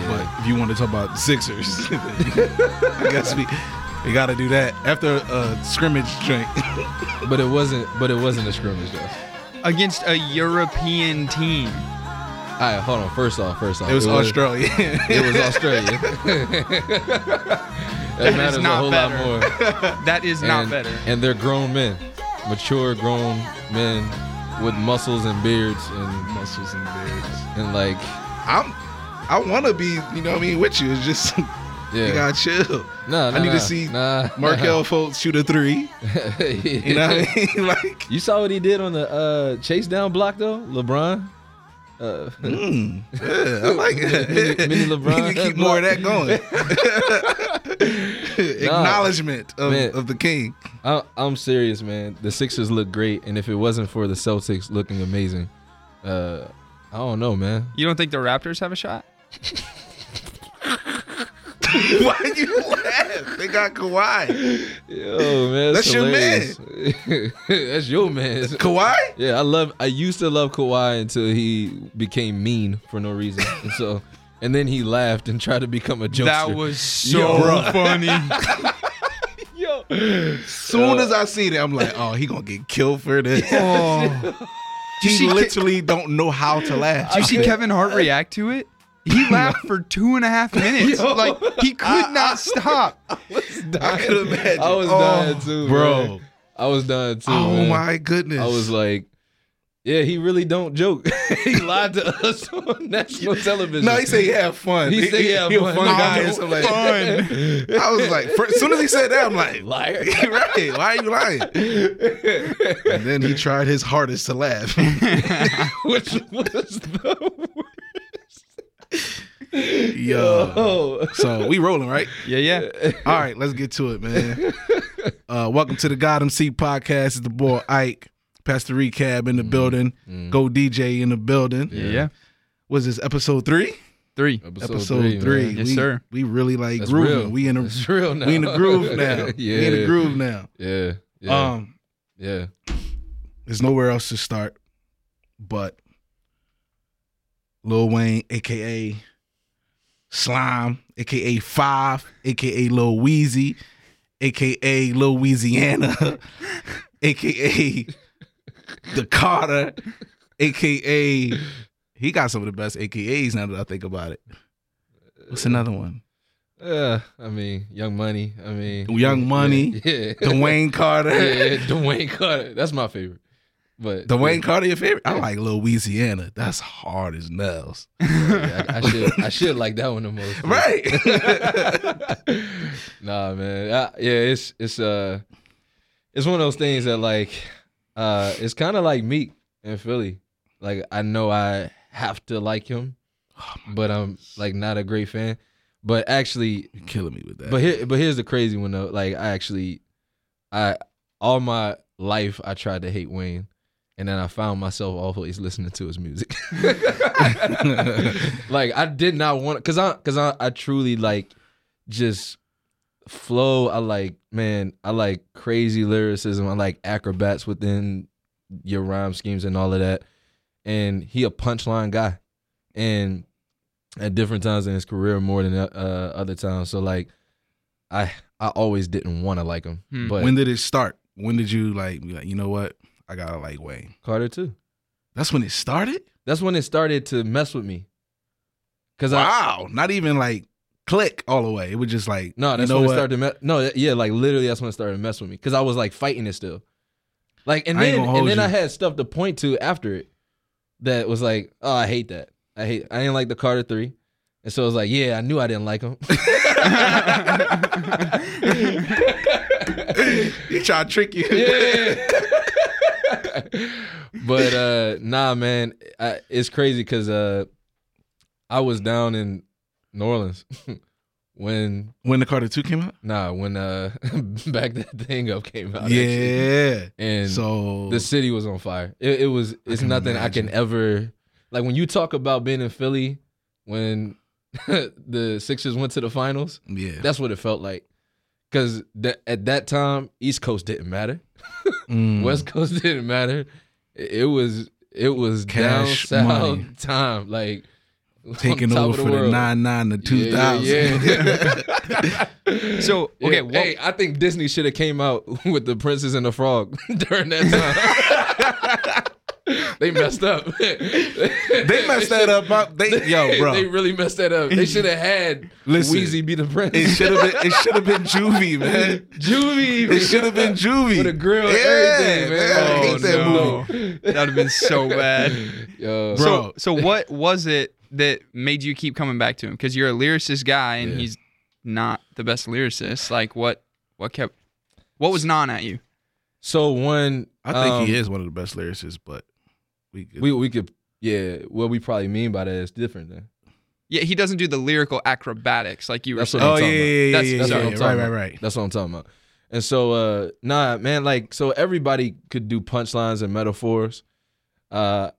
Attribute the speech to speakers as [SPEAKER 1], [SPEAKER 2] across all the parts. [SPEAKER 1] if you want to talk about Sixers, I guess we we got to do that after a scrimmage drink.
[SPEAKER 2] But it wasn't. But it wasn't a scrimmage though.
[SPEAKER 3] against a European team.
[SPEAKER 2] All right, hold on. First off, first off,
[SPEAKER 1] It was Australia.
[SPEAKER 2] It was Australia. that matters
[SPEAKER 3] not
[SPEAKER 2] a whole
[SPEAKER 3] better.
[SPEAKER 2] lot more.
[SPEAKER 3] That is not
[SPEAKER 2] and,
[SPEAKER 3] better.
[SPEAKER 2] And they're grown men, mature grown men with muscles and beards and
[SPEAKER 1] Muscles and beards.
[SPEAKER 2] and like
[SPEAKER 1] I'm I want to be, you know what I mean, with you. It's just
[SPEAKER 2] yeah. Uh-huh.
[SPEAKER 1] you got to chill.
[SPEAKER 2] Nah,
[SPEAKER 1] I
[SPEAKER 2] nah,
[SPEAKER 1] need
[SPEAKER 2] nah,
[SPEAKER 1] to see
[SPEAKER 2] nah,
[SPEAKER 1] Markel Fultz shoot a 3.
[SPEAKER 2] nah.
[SPEAKER 1] You know what I mean? Like
[SPEAKER 2] You saw what he did on the uh, chase down block though, LeBron. Uh,
[SPEAKER 1] Mm, yeah, I like it.
[SPEAKER 2] Mini- mini
[SPEAKER 1] We
[SPEAKER 2] LeBron
[SPEAKER 1] need to keep more of that going. Acknowledgement of,
[SPEAKER 2] Man.
[SPEAKER 1] of the king.
[SPEAKER 2] I, I'm serious, man. The Sixers look great, and if it wasn't for the Celtics looking amazing, uh, I don't know, man.
[SPEAKER 3] You don't think the Raptors have a shot?
[SPEAKER 1] Why you laugh? They got Kawhi.
[SPEAKER 2] Yo, Oh, man,
[SPEAKER 1] That's your
[SPEAKER 2] your man. that's your man.
[SPEAKER 1] Kawhi?
[SPEAKER 2] Yeah, I love. I used to love Kawhi until he became mean for no reason, and so, and then he laughed and tried to become a jokester.
[SPEAKER 3] That was so
[SPEAKER 2] Yo.
[SPEAKER 3] funny.
[SPEAKER 2] yo.
[SPEAKER 1] Soon
[SPEAKER 2] Uh,
[SPEAKER 1] as I seen it, I'm like, oh, he gonna get killed for this.
[SPEAKER 3] oh. Did you
[SPEAKER 1] He
[SPEAKER 3] see Ke-
[SPEAKER 1] literally don't know how to laugh.
[SPEAKER 3] did
[SPEAKER 2] Oh,
[SPEAKER 3] you see Kevin Hart react to it? He laughed for two and a half minutes. Like he could not stop.
[SPEAKER 1] I could imagine.
[SPEAKER 2] I was
[SPEAKER 1] Oh,
[SPEAKER 2] dying too,
[SPEAKER 1] bro.
[SPEAKER 2] man. I was done too.
[SPEAKER 1] Oh
[SPEAKER 2] man.
[SPEAKER 1] my goodness.
[SPEAKER 2] I was like, yeah, he really don't joke. he lied to us on national television.
[SPEAKER 1] no, he said he had fun.
[SPEAKER 2] He said he had
[SPEAKER 1] a
[SPEAKER 2] fun.
[SPEAKER 1] fun
[SPEAKER 2] No,
[SPEAKER 1] guy.
[SPEAKER 2] no,
[SPEAKER 1] and stuff like that.
[SPEAKER 3] Fun.
[SPEAKER 1] I was like, fir- as soon as he said that, I'm like,
[SPEAKER 2] liar.
[SPEAKER 1] right? Why are you lying? and then he tried his hardest to laugh.
[SPEAKER 2] Which was the worst.
[SPEAKER 1] Yo.
[SPEAKER 2] Oh.
[SPEAKER 1] So we rolling, right?
[SPEAKER 3] Yeah, yeah.
[SPEAKER 1] All right, let's get to it, man. Uh, welcome to the God MC podcast. It's the boy Ike, Pastor Recab
[SPEAKER 2] Mm,
[SPEAKER 1] in the building, Go DJ in the building.
[SPEAKER 3] Yeah, yeah.
[SPEAKER 1] Was this episode three?
[SPEAKER 3] Three.
[SPEAKER 2] Episode,
[SPEAKER 1] Episode
[SPEAKER 2] three.
[SPEAKER 1] three.
[SPEAKER 2] man.
[SPEAKER 3] Yes,
[SPEAKER 1] we,
[SPEAKER 3] sir.
[SPEAKER 1] We really like
[SPEAKER 2] That's
[SPEAKER 1] grooving.
[SPEAKER 2] real.
[SPEAKER 1] We in a
[SPEAKER 2] It's real now.
[SPEAKER 1] we in the groove now.
[SPEAKER 2] yeah.
[SPEAKER 1] We in the groove now.
[SPEAKER 2] Yeah. Yeah.
[SPEAKER 1] Um,
[SPEAKER 2] yeah.
[SPEAKER 1] There's nowhere else to start but Lil Wayne, aka Slime, aka Five, aka Lil Weezy, aka Lil Louisiana, aka The Carter, aka he got some of the best AKAs now that I think about it. What's another one?
[SPEAKER 2] Uh, I mean, Young Money. I mean,
[SPEAKER 1] Young Money.
[SPEAKER 2] Yeah.
[SPEAKER 1] Dwayne Carter.
[SPEAKER 2] yeah, yeah, Dwayne Carter. That's my favorite. But
[SPEAKER 1] Dwayne Carter, your favorite? I like Louisiana. That's hard as nails.
[SPEAKER 2] Yeah, I, I should I should like that one the most.
[SPEAKER 1] Right.
[SPEAKER 2] nah, man. I, yeah, it's it's uh it's one of those things that like uh it's kind of like Meek in Philly. Like I know I have to like him, but I'm like not a great fan. But actually,
[SPEAKER 1] You're killing me with that.
[SPEAKER 2] but here but here's the crazy one though. Like I actually I all my life I tried to hate Wayne. And then I found myself always listening to his music. like I did not want cause I cause I, I truly like just flow. I like man, I like crazy lyricism. I like acrobats within your rhyme schemes and all of that. And he a punchline guy, and at different times in his career more than uh, other times. So like, I I always didn't want to like him,
[SPEAKER 3] Hmm.
[SPEAKER 2] but
[SPEAKER 1] when did it start? When did you like be like, you know what? I gotta like Wayne.
[SPEAKER 2] Carter too.
[SPEAKER 1] That's when it started?
[SPEAKER 2] That's when it started to mess with me. Cause I
[SPEAKER 1] Wow. Not even like click all the way. It was just like
[SPEAKER 2] No, that's
[SPEAKER 1] you know
[SPEAKER 2] when
[SPEAKER 1] what?
[SPEAKER 2] it started to mess. No, that- yeah, like literally, that's when it started to mess with me because I was like fighting it still. Like, and
[SPEAKER 1] I ain't
[SPEAKER 2] then
[SPEAKER 1] gonna hold
[SPEAKER 2] and then
[SPEAKER 1] you.
[SPEAKER 2] I had stuff to point to after it that was like, oh, I hate that. I hate. I didn't like the Carter Three, and so I was like, yeah, I knew I didn't like him.
[SPEAKER 1] he trying to trick you.
[SPEAKER 2] yeah. but uh, nah, man, I, it's crazy because uh, I was down in New Orleans when
[SPEAKER 1] When the Carter 2 came out?
[SPEAKER 2] nah when uh back that thing up came out. actually.
[SPEAKER 1] yeah.
[SPEAKER 2] and
[SPEAKER 1] So
[SPEAKER 2] the city was on fire. It, it was. It's
[SPEAKER 1] can
[SPEAKER 2] nothing I
[SPEAKER 1] imagine.
[SPEAKER 2] can ever like. When you talk about being in Philly when the Sixers went to the finals,
[SPEAKER 1] yeah.
[SPEAKER 2] that's what it felt like. Because at that time, East Coast didn't matter,
[SPEAKER 1] Mm.
[SPEAKER 2] West Coast didn't matter. It, it was it was
[SPEAKER 1] Cash
[SPEAKER 2] down south
[SPEAKER 1] money.
[SPEAKER 2] time. Like
[SPEAKER 1] taking
[SPEAKER 2] top
[SPEAKER 1] over
[SPEAKER 2] of the
[SPEAKER 1] for the
[SPEAKER 2] world.
[SPEAKER 1] nine nine to two thousand.
[SPEAKER 2] Yeah, yeah.
[SPEAKER 3] So,
[SPEAKER 2] Yeah.
[SPEAKER 3] okay, well-
[SPEAKER 2] hey, I think Disney should have came out with the Princess and the Frog during that time. they messed up.
[SPEAKER 1] they messed that up. My- They, yo, bro,
[SPEAKER 2] they really messed that up. They should have had
[SPEAKER 1] Listen.
[SPEAKER 2] Weezy be the
[SPEAKER 1] it
[SPEAKER 2] prince.
[SPEAKER 1] should have been it should have been Juvie, man.
[SPEAKER 2] Juvie.
[SPEAKER 1] It should have been Juvie
[SPEAKER 2] with a grill and
[SPEAKER 1] Yeah,
[SPEAKER 2] everything, man.
[SPEAKER 1] I
[SPEAKER 2] Oh,
[SPEAKER 1] hate that
[SPEAKER 2] no.
[SPEAKER 1] movie.
[SPEAKER 3] That'd have been so bad.
[SPEAKER 2] Yo.
[SPEAKER 1] Bro.
[SPEAKER 3] So, so what was it that made you keep coming back to him? Because you're a lyricist guy, and
[SPEAKER 2] Yeah.
[SPEAKER 3] he's not the best lyricist. Like, what, what kept, what was non at you?
[SPEAKER 2] So one,
[SPEAKER 1] I think
[SPEAKER 2] um,
[SPEAKER 1] he is one of the best lyricists, but we could,
[SPEAKER 2] We we could yeah. What we probably mean by that is different then.
[SPEAKER 3] Yeah, he doesn't do the lyrical acrobatics like you were
[SPEAKER 2] That's
[SPEAKER 3] saying.
[SPEAKER 2] what
[SPEAKER 1] oh yeah,
[SPEAKER 2] I'm talking
[SPEAKER 1] yeah, yeah,
[SPEAKER 3] about.
[SPEAKER 1] yeah,
[SPEAKER 3] That's- that's
[SPEAKER 1] yeah,
[SPEAKER 3] what I'm
[SPEAKER 1] yeah.
[SPEAKER 2] talking
[SPEAKER 1] right, right,
[SPEAKER 2] about.
[SPEAKER 1] right.
[SPEAKER 2] That's what I'm talking about. And so uh nah man, like so everybody could do punchlines and metaphors. Uh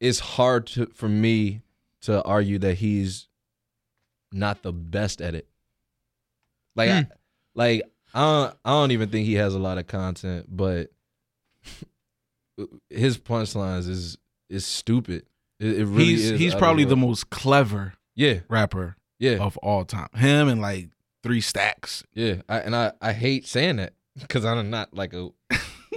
[SPEAKER 2] it's hard to, for me to argue that he's not the best at it. Like
[SPEAKER 1] Hmm.
[SPEAKER 2] I, like I don't, I don't even think he has a lot of content, but his punchlines is is stupid. It, it really
[SPEAKER 1] he's
[SPEAKER 2] is
[SPEAKER 1] he's
[SPEAKER 2] out of
[SPEAKER 1] probably the
[SPEAKER 2] world.
[SPEAKER 1] most clever
[SPEAKER 2] yeah
[SPEAKER 1] rapper
[SPEAKER 2] yeah
[SPEAKER 1] of all time. Him and like three stacks.
[SPEAKER 2] Yeah, I, and I, I hate saying that because I'm not like a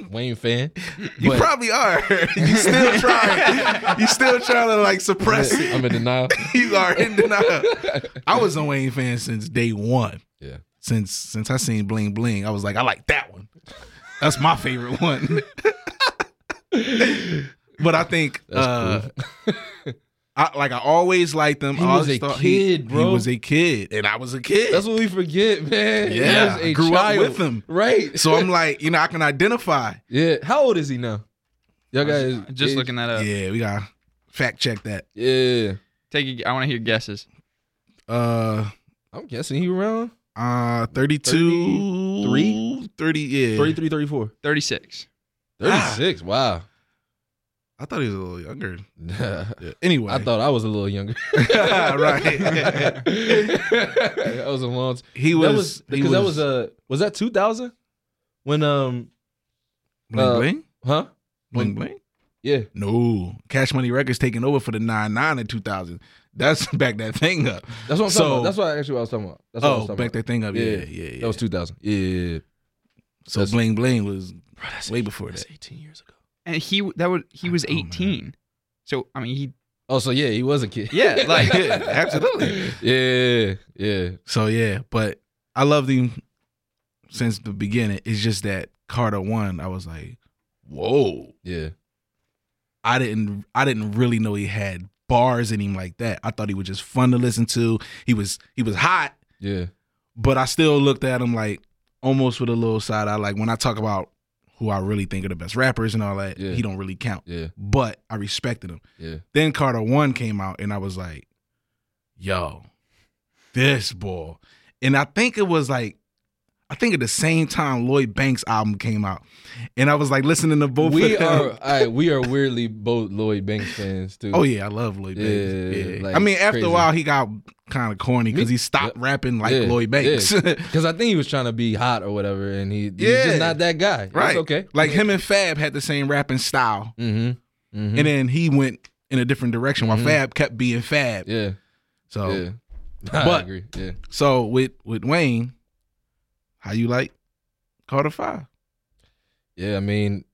[SPEAKER 2] Wayne fan.
[SPEAKER 1] You
[SPEAKER 2] But-
[SPEAKER 1] probably are. you still trying. you still trying to like suppress it.
[SPEAKER 2] I'm in denial.
[SPEAKER 1] you are in denial. I was a Wayne fan since day one.
[SPEAKER 2] Yeah.
[SPEAKER 1] Since since I seen Bling Bling, I was like, I like that one. That's my favorite one. but I think
[SPEAKER 2] That's
[SPEAKER 1] uh,
[SPEAKER 2] cool.
[SPEAKER 1] I like I always liked him.
[SPEAKER 2] He
[SPEAKER 1] I
[SPEAKER 2] was
[SPEAKER 1] always
[SPEAKER 2] a
[SPEAKER 1] thought he-
[SPEAKER 2] kid, bro.
[SPEAKER 1] He was a kid, and I was a kid.
[SPEAKER 2] That's what we forget, man. He
[SPEAKER 1] Yeah,
[SPEAKER 2] was a
[SPEAKER 1] I grew up
[SPEAKER 2] child.
[SPEAKER 1] with him.
[SPEAKER 2] right?
[SPEAKER 1] so I'm like, you know, I can identify.
[SPEAKER 2] yeah. How old is he now? Y'all guys
[SPEAKER 3] Just
[SPEAKER 2] age-
[SPEAKER 3] looking that up.
[SPEAKER 1] yeah, we gotta fact check that.
[SPEAKER 2] Yeah,
[SPEAKER 3] Take. A, I want to hear guesses.
[SPEAKER 1] Uh,
[SPEAKER 2] I'm guessing he around
[SPEAKER 1] uh, 32,
[SPEAKER 2] 33?
[SPEAKER 1] 30, yeah, Ah.
[SPEAKER 2] 33, 34,
[SPEAKER 3] Thirty-six.
[SPEAKER 2] 36. Wow.
[SPEAKER 1] I thought he was a little younger.
[SPEAKER 2] I
[SPEAKER 1] Yeah. Anyway,
[SPEAKER 2] thought I was a little younger.
[SPEAKER 1] right.
[SPEAKER 2] that was a long. Time.
[SPEAKER 1] He was
[SPEAKER 2] that was
[SPEAKER 1] he
[SPEAKER 2] because that was a was that 2000 when um
[SPEAKER 1] bling
[SPEAKER 2] uh,
[SPEAKER 1] bling
[SPEAKER 2] huh
[SPEAKER 1] bling bling.
[SPEAKER 2] yeah
[SPEAKER 1] No, Cash Money Records taking over for the nine nine in two thousand. That's back that thing up.
[SPEAKER 2] That's what I'm
[SPEAKER 1] So-
[SPEAKER 2] talking about. That's what I- actually what I was talking about. That's what I was
[SPEAKER 1] Oh,
[SPEAKER 2] talking
[SPEAKER 1] back
[SPEAKER 2] about.
[SPEAKER 1] that thing up. Yeah,
[SPEAKER 2] Yeah,
[SPEAKER 1] yeah, yeah.
[SPEAKER 2] That was 2000. Yeah, yeah, yeah.
[SPEAKER 1] so
[SPEAKER 2] that's-
[SPEAKER 1] bling bling was
[SPEAKER 2] Bro, that's
[SPEAKER 1] way before that.
[SPEAKER 2] 18 years ago.
[SPEAKER 3] And he that would he
[SPEAKER 1] I
[SPEAKER 3] was
[SPEAKER 1] know, man.
[SPEAKER 3] eighteen. So I mean, he
[SPEAKER 2] Oh, so yeah, he was a kid.
[SPEAKER 3] Yeah, like-
[SPEAKER 1] Yeah, absolutely.
[SPEAKER 2] Yeah, yeah.
[SPEAKER 1] So yeah, but I loved him since the beginning. It's just that Carter one. I was like, whoa.
[SPEAKER 2] Yeah.
[SPEAKER 1] I didn't I didn't really know he had bars in him like that. I thought he was just fun to listen to. He was he was hot.
[SPEAKER 2] Yeah.
[SPEAKER 1] but I still looked at him like almost with a little side eye. Like when I talk about who I really think are the best rappers and all that,
[SPEAKER 2] Yeah.
[SPEAKER 1] he don't really count.
[SPEAKER 2] Yeah.
[SPEAKER 1] But I respected him.
[SPEAKER 2] Yeah.
[SPEAKER 1] Then Carter One came out, and I was like, "Yo, this boy." And I think it was like, I think at the same time Lloyd Banks album came out, and I was like listening to both.
[SPEAKER 2] we
[SPEAKER 1] of them.
[SPEAKER 2] are all right, we are weirdly both Lloyd Banks fans too.
[SPEAKER 1] Oh yeah, I love Lloyd Banks.
[SPEAKER 2] Yeah,
[SPEAKER 1] Yeah,
[SPEAKER 2] like,
[SPEAKER 1] I mean, after
[SPEAKER 2] crazy.
[SPEAKER 1] a while, he got kind of corny because
[SPEAKER 2] Me-
[SPEAKER 1] he stopped rapping like
[SPEAKER 2] Yeah,
[SPEAKER 1] Lloyd
[SPEAKER 2] yeah.
[SPEAKER 1] Banks.
[SPEAKER 2] Cuz I think he was trying to be hot or whatever and he, he's
[SPEAKER 1] Yeah.
[SPEAKER 2] just not that guy. It's
[SPEAKER 1] Right.
[SPEAKER 2] okay.
[SPEAKER 1] Like him and Fab had the same rapping style,
[SPEAKER 2] Mhm. Mhm.
[SPEAKER 1] and then he went in a different direction while
[SPEAKER 2] Mhm.
[SPEAKER 1] Fab kept being Fab.
[SPEAKER 2] yeah.
[SPEAKER 1] So,
[SPEAKER 2] Yeah. I
[SPEAKER 1] Oh. But-
[SPEAKER 2] agree. Yeah.
[SPEAKER 1] so with with Wayne, how you like Carter Five?
[SPEAKER 2] Yeah, I mean,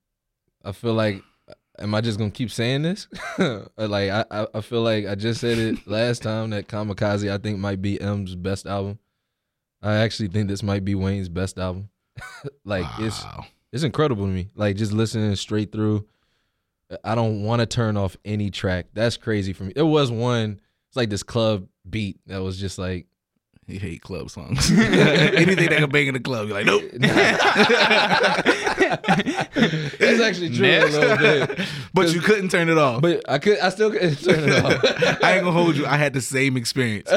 [SPEAKER 2] I feel like, am I just gonna keep saying this? Or, like, I, I I feel like I just said it last time that Kamikaze I think might be M's best album. I actually think this might be Wayne's best album. like it's
[SPEAKER 1] Wow.
[SPEAKER 2] it's incredible to me. Like just listening straight through. I don't want to turn off any track. That's crazy for me. There was one. It's like this club beat that was just like
[SPEAKER 1] he hate club songs. Anything that can bang in the club, you're like, nope.
[SPEAKER 2] nah. it's actually true a little bit.
[SPEAKER 1] but you couldn't turn it off.
[SPEAKER 2] But I could, I still couldn't turn it off.
[SPEAKER 1] I ain't gonna hold you. I had the same experience.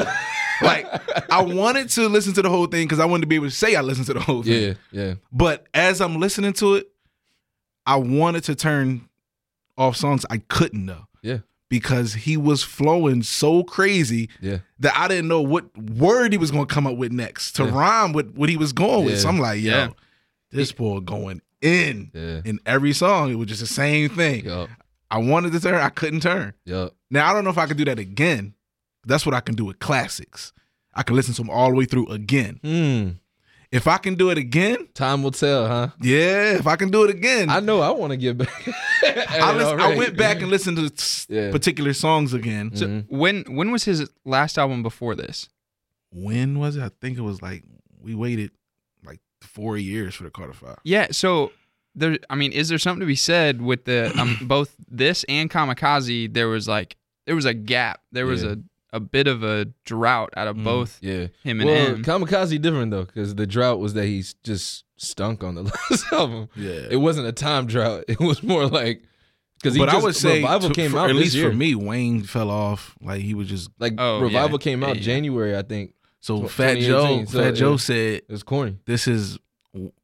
[SPEAKER 1] like I wanted to listen to the whole thing because I wanted to be able to say I listened to the whole thing.
[SPEAKER 2] yeah, yeah,
[SPEAKER 1] But as I'm listening to it, I wanted to turn off songs I couldn't though.
[SPEAKER 2] Yeah.
[SPEAKER 1] Because he was flowing so crazy
[SPEAKER 2] yeah.
[SPEAKER 1] that I didn't know what word he was gonna come up with next to
[SPEAKER 2] Yeah.
[SPEAKER 1] rhyme with what he was going
[SPEAKER 2] Yeah.
[SPEAKER 1] with. So I'm like, yo,
[SPEAKER 3] Yeah.
[SPEAKER 1] this boy going in.
[SPEAKER 2] Yeah.
[SPEAKER 1] In every song, it was just the same thing.
[SPEAKER 2] Yup.
[SPEAKER 1] I wanted to turn, I couldn't turn.
[SPEAKER 2] Yup.
[SPEAKER 1] Now I don't know if I can do that again. That's what I can do with classics. I can listen to them all the way through again.
[SPEAKER 2] Hmm.
[SPEAKER 1] If I can do it again,
[SPEAKER 2] Time will tell, huh?
[SPEAKER 1] yeah. If I can do it again,
[SPEAKER 2] I know I want to get back.
[SPEAKER 1] I, listen, I went back and listened to s-
[SPEAKER 2] Yeah.
[SPEAKER 1] particular songs again.
[SPEAKER 3] So
[SPEAKER 2] Mhm.
[SPEAKER 3] when when was his last album before this?
[SPEAKER 1] When was it? I think it was like we waited like four years for the Carter Five.
[SPEAKER 3] Yeah, so there I mean, is there something to be said with the um, both this and Kamikaze there was like there was a gap. There was
[SPEAKER 2] Yeah.
[SPEAKER 3] a a bit of a drought out of
[SPEAKER 1] Mm.
[SPEAKER 3] both
[SPEAKER 2] yeah.
[SPEAKER 3] him and
[SPEAKER 2] Well,
[SPEAKER 3] him.
[SPEAKER 2] Kamikaze different though, because the drought was that he's just stunk on the last album.
[SPEAKER 1] Yeah,
[SPEAKER 2] It wasn't a time drought. It was more like because
[SPEAKER 1] but I would say
[SPEAKER 2] revival
[SPEAKER 1] to-
[SPEAKER 2] came
[SPEAKER 1] for-
[SPEAKER 2] out
[SPEAKER 1] at
[SPEAKER 2] this
[SPEAKER 1] least
[SPEAKER 2] year.
[SPEAKER 1] for me, Wayne fell off. Like he was just
[SPEAKER 2] Like
[SPEAKER 3] Oh,
[SPEAKER 2] revival
[SPEAKER 3] yeah.
[SPEAKER 2] came out
[SPEAKER 3] Yeah, yeah.
[SPEAKER 2] January, I think.
[SPEAKER 1] so
[SPEAKER 2] Tw-
[SPEAKER 1] Fat
[SPEAKER 2] 2018,
[SPEAKER 1] Joe.
[SPEAKER 2] so
[SPEAKER 1] Fat
[SPEAKER 2] it-
[SPEAKER 1] Joe said,
[SPEAKER 2] It was corny.
[SPEAKER 1] "This is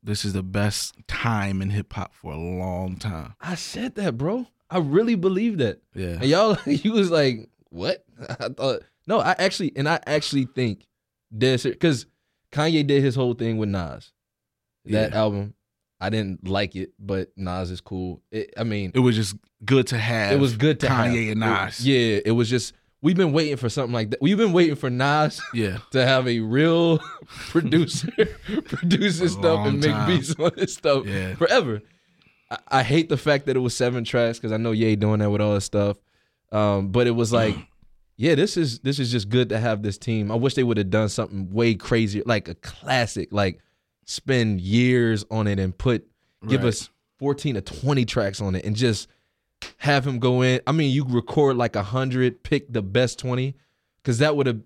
[SPEAKER 1] this is the best time in hip hop for a long time."
[SPEAKER 2] I said that, bro. I really believe that.
[SPEAKER 1] Yeah,
[SPEAKER 2] And y'all, you was like, what? I thought, no, I actually, and I actually think this, because Kanye did his whole thing with Nas. That
[SPEAKER 1] Yeah.
[SPEAKER 2] album, I didn't like it, but Nas is cool. It, I mean,
[SPEAKER 1] it was just good to have.
[SPEAKER 2] it was good to have.
[SPEAKER 1] Kanye and Nas.
[SPEAKER 2] It- yeah, it was just, we've been waiting for something like that. We've been waiting for Nas
[SPEAKER 1] yeah.
[SPEAKER 2] to have a real producer produce his
[SPEAKER 1] A
[SPEAKER 2] stuff and
[SPEAKER 1] long
[SPEAKER 2] make
[SPEAKER 1] time.
[SPEAKER 2] beats on his stuff
[SPEAKER 1] Yeah.
[SPEAKER 2] forever. I, I hate the fact that it was seven tracks because I know Ye doing that with all his stuff. Um, but it was like, yeah, this is this is just good to have this team. I wish they would have done something way crazier, like a classic, like spend years on it and put give
[SPEAKER 1] Right.
[SPEAKER 2] us 14 to 20 tracks on it and just have him go in. I mean, you record like 100, pick the best 20 cuz that would have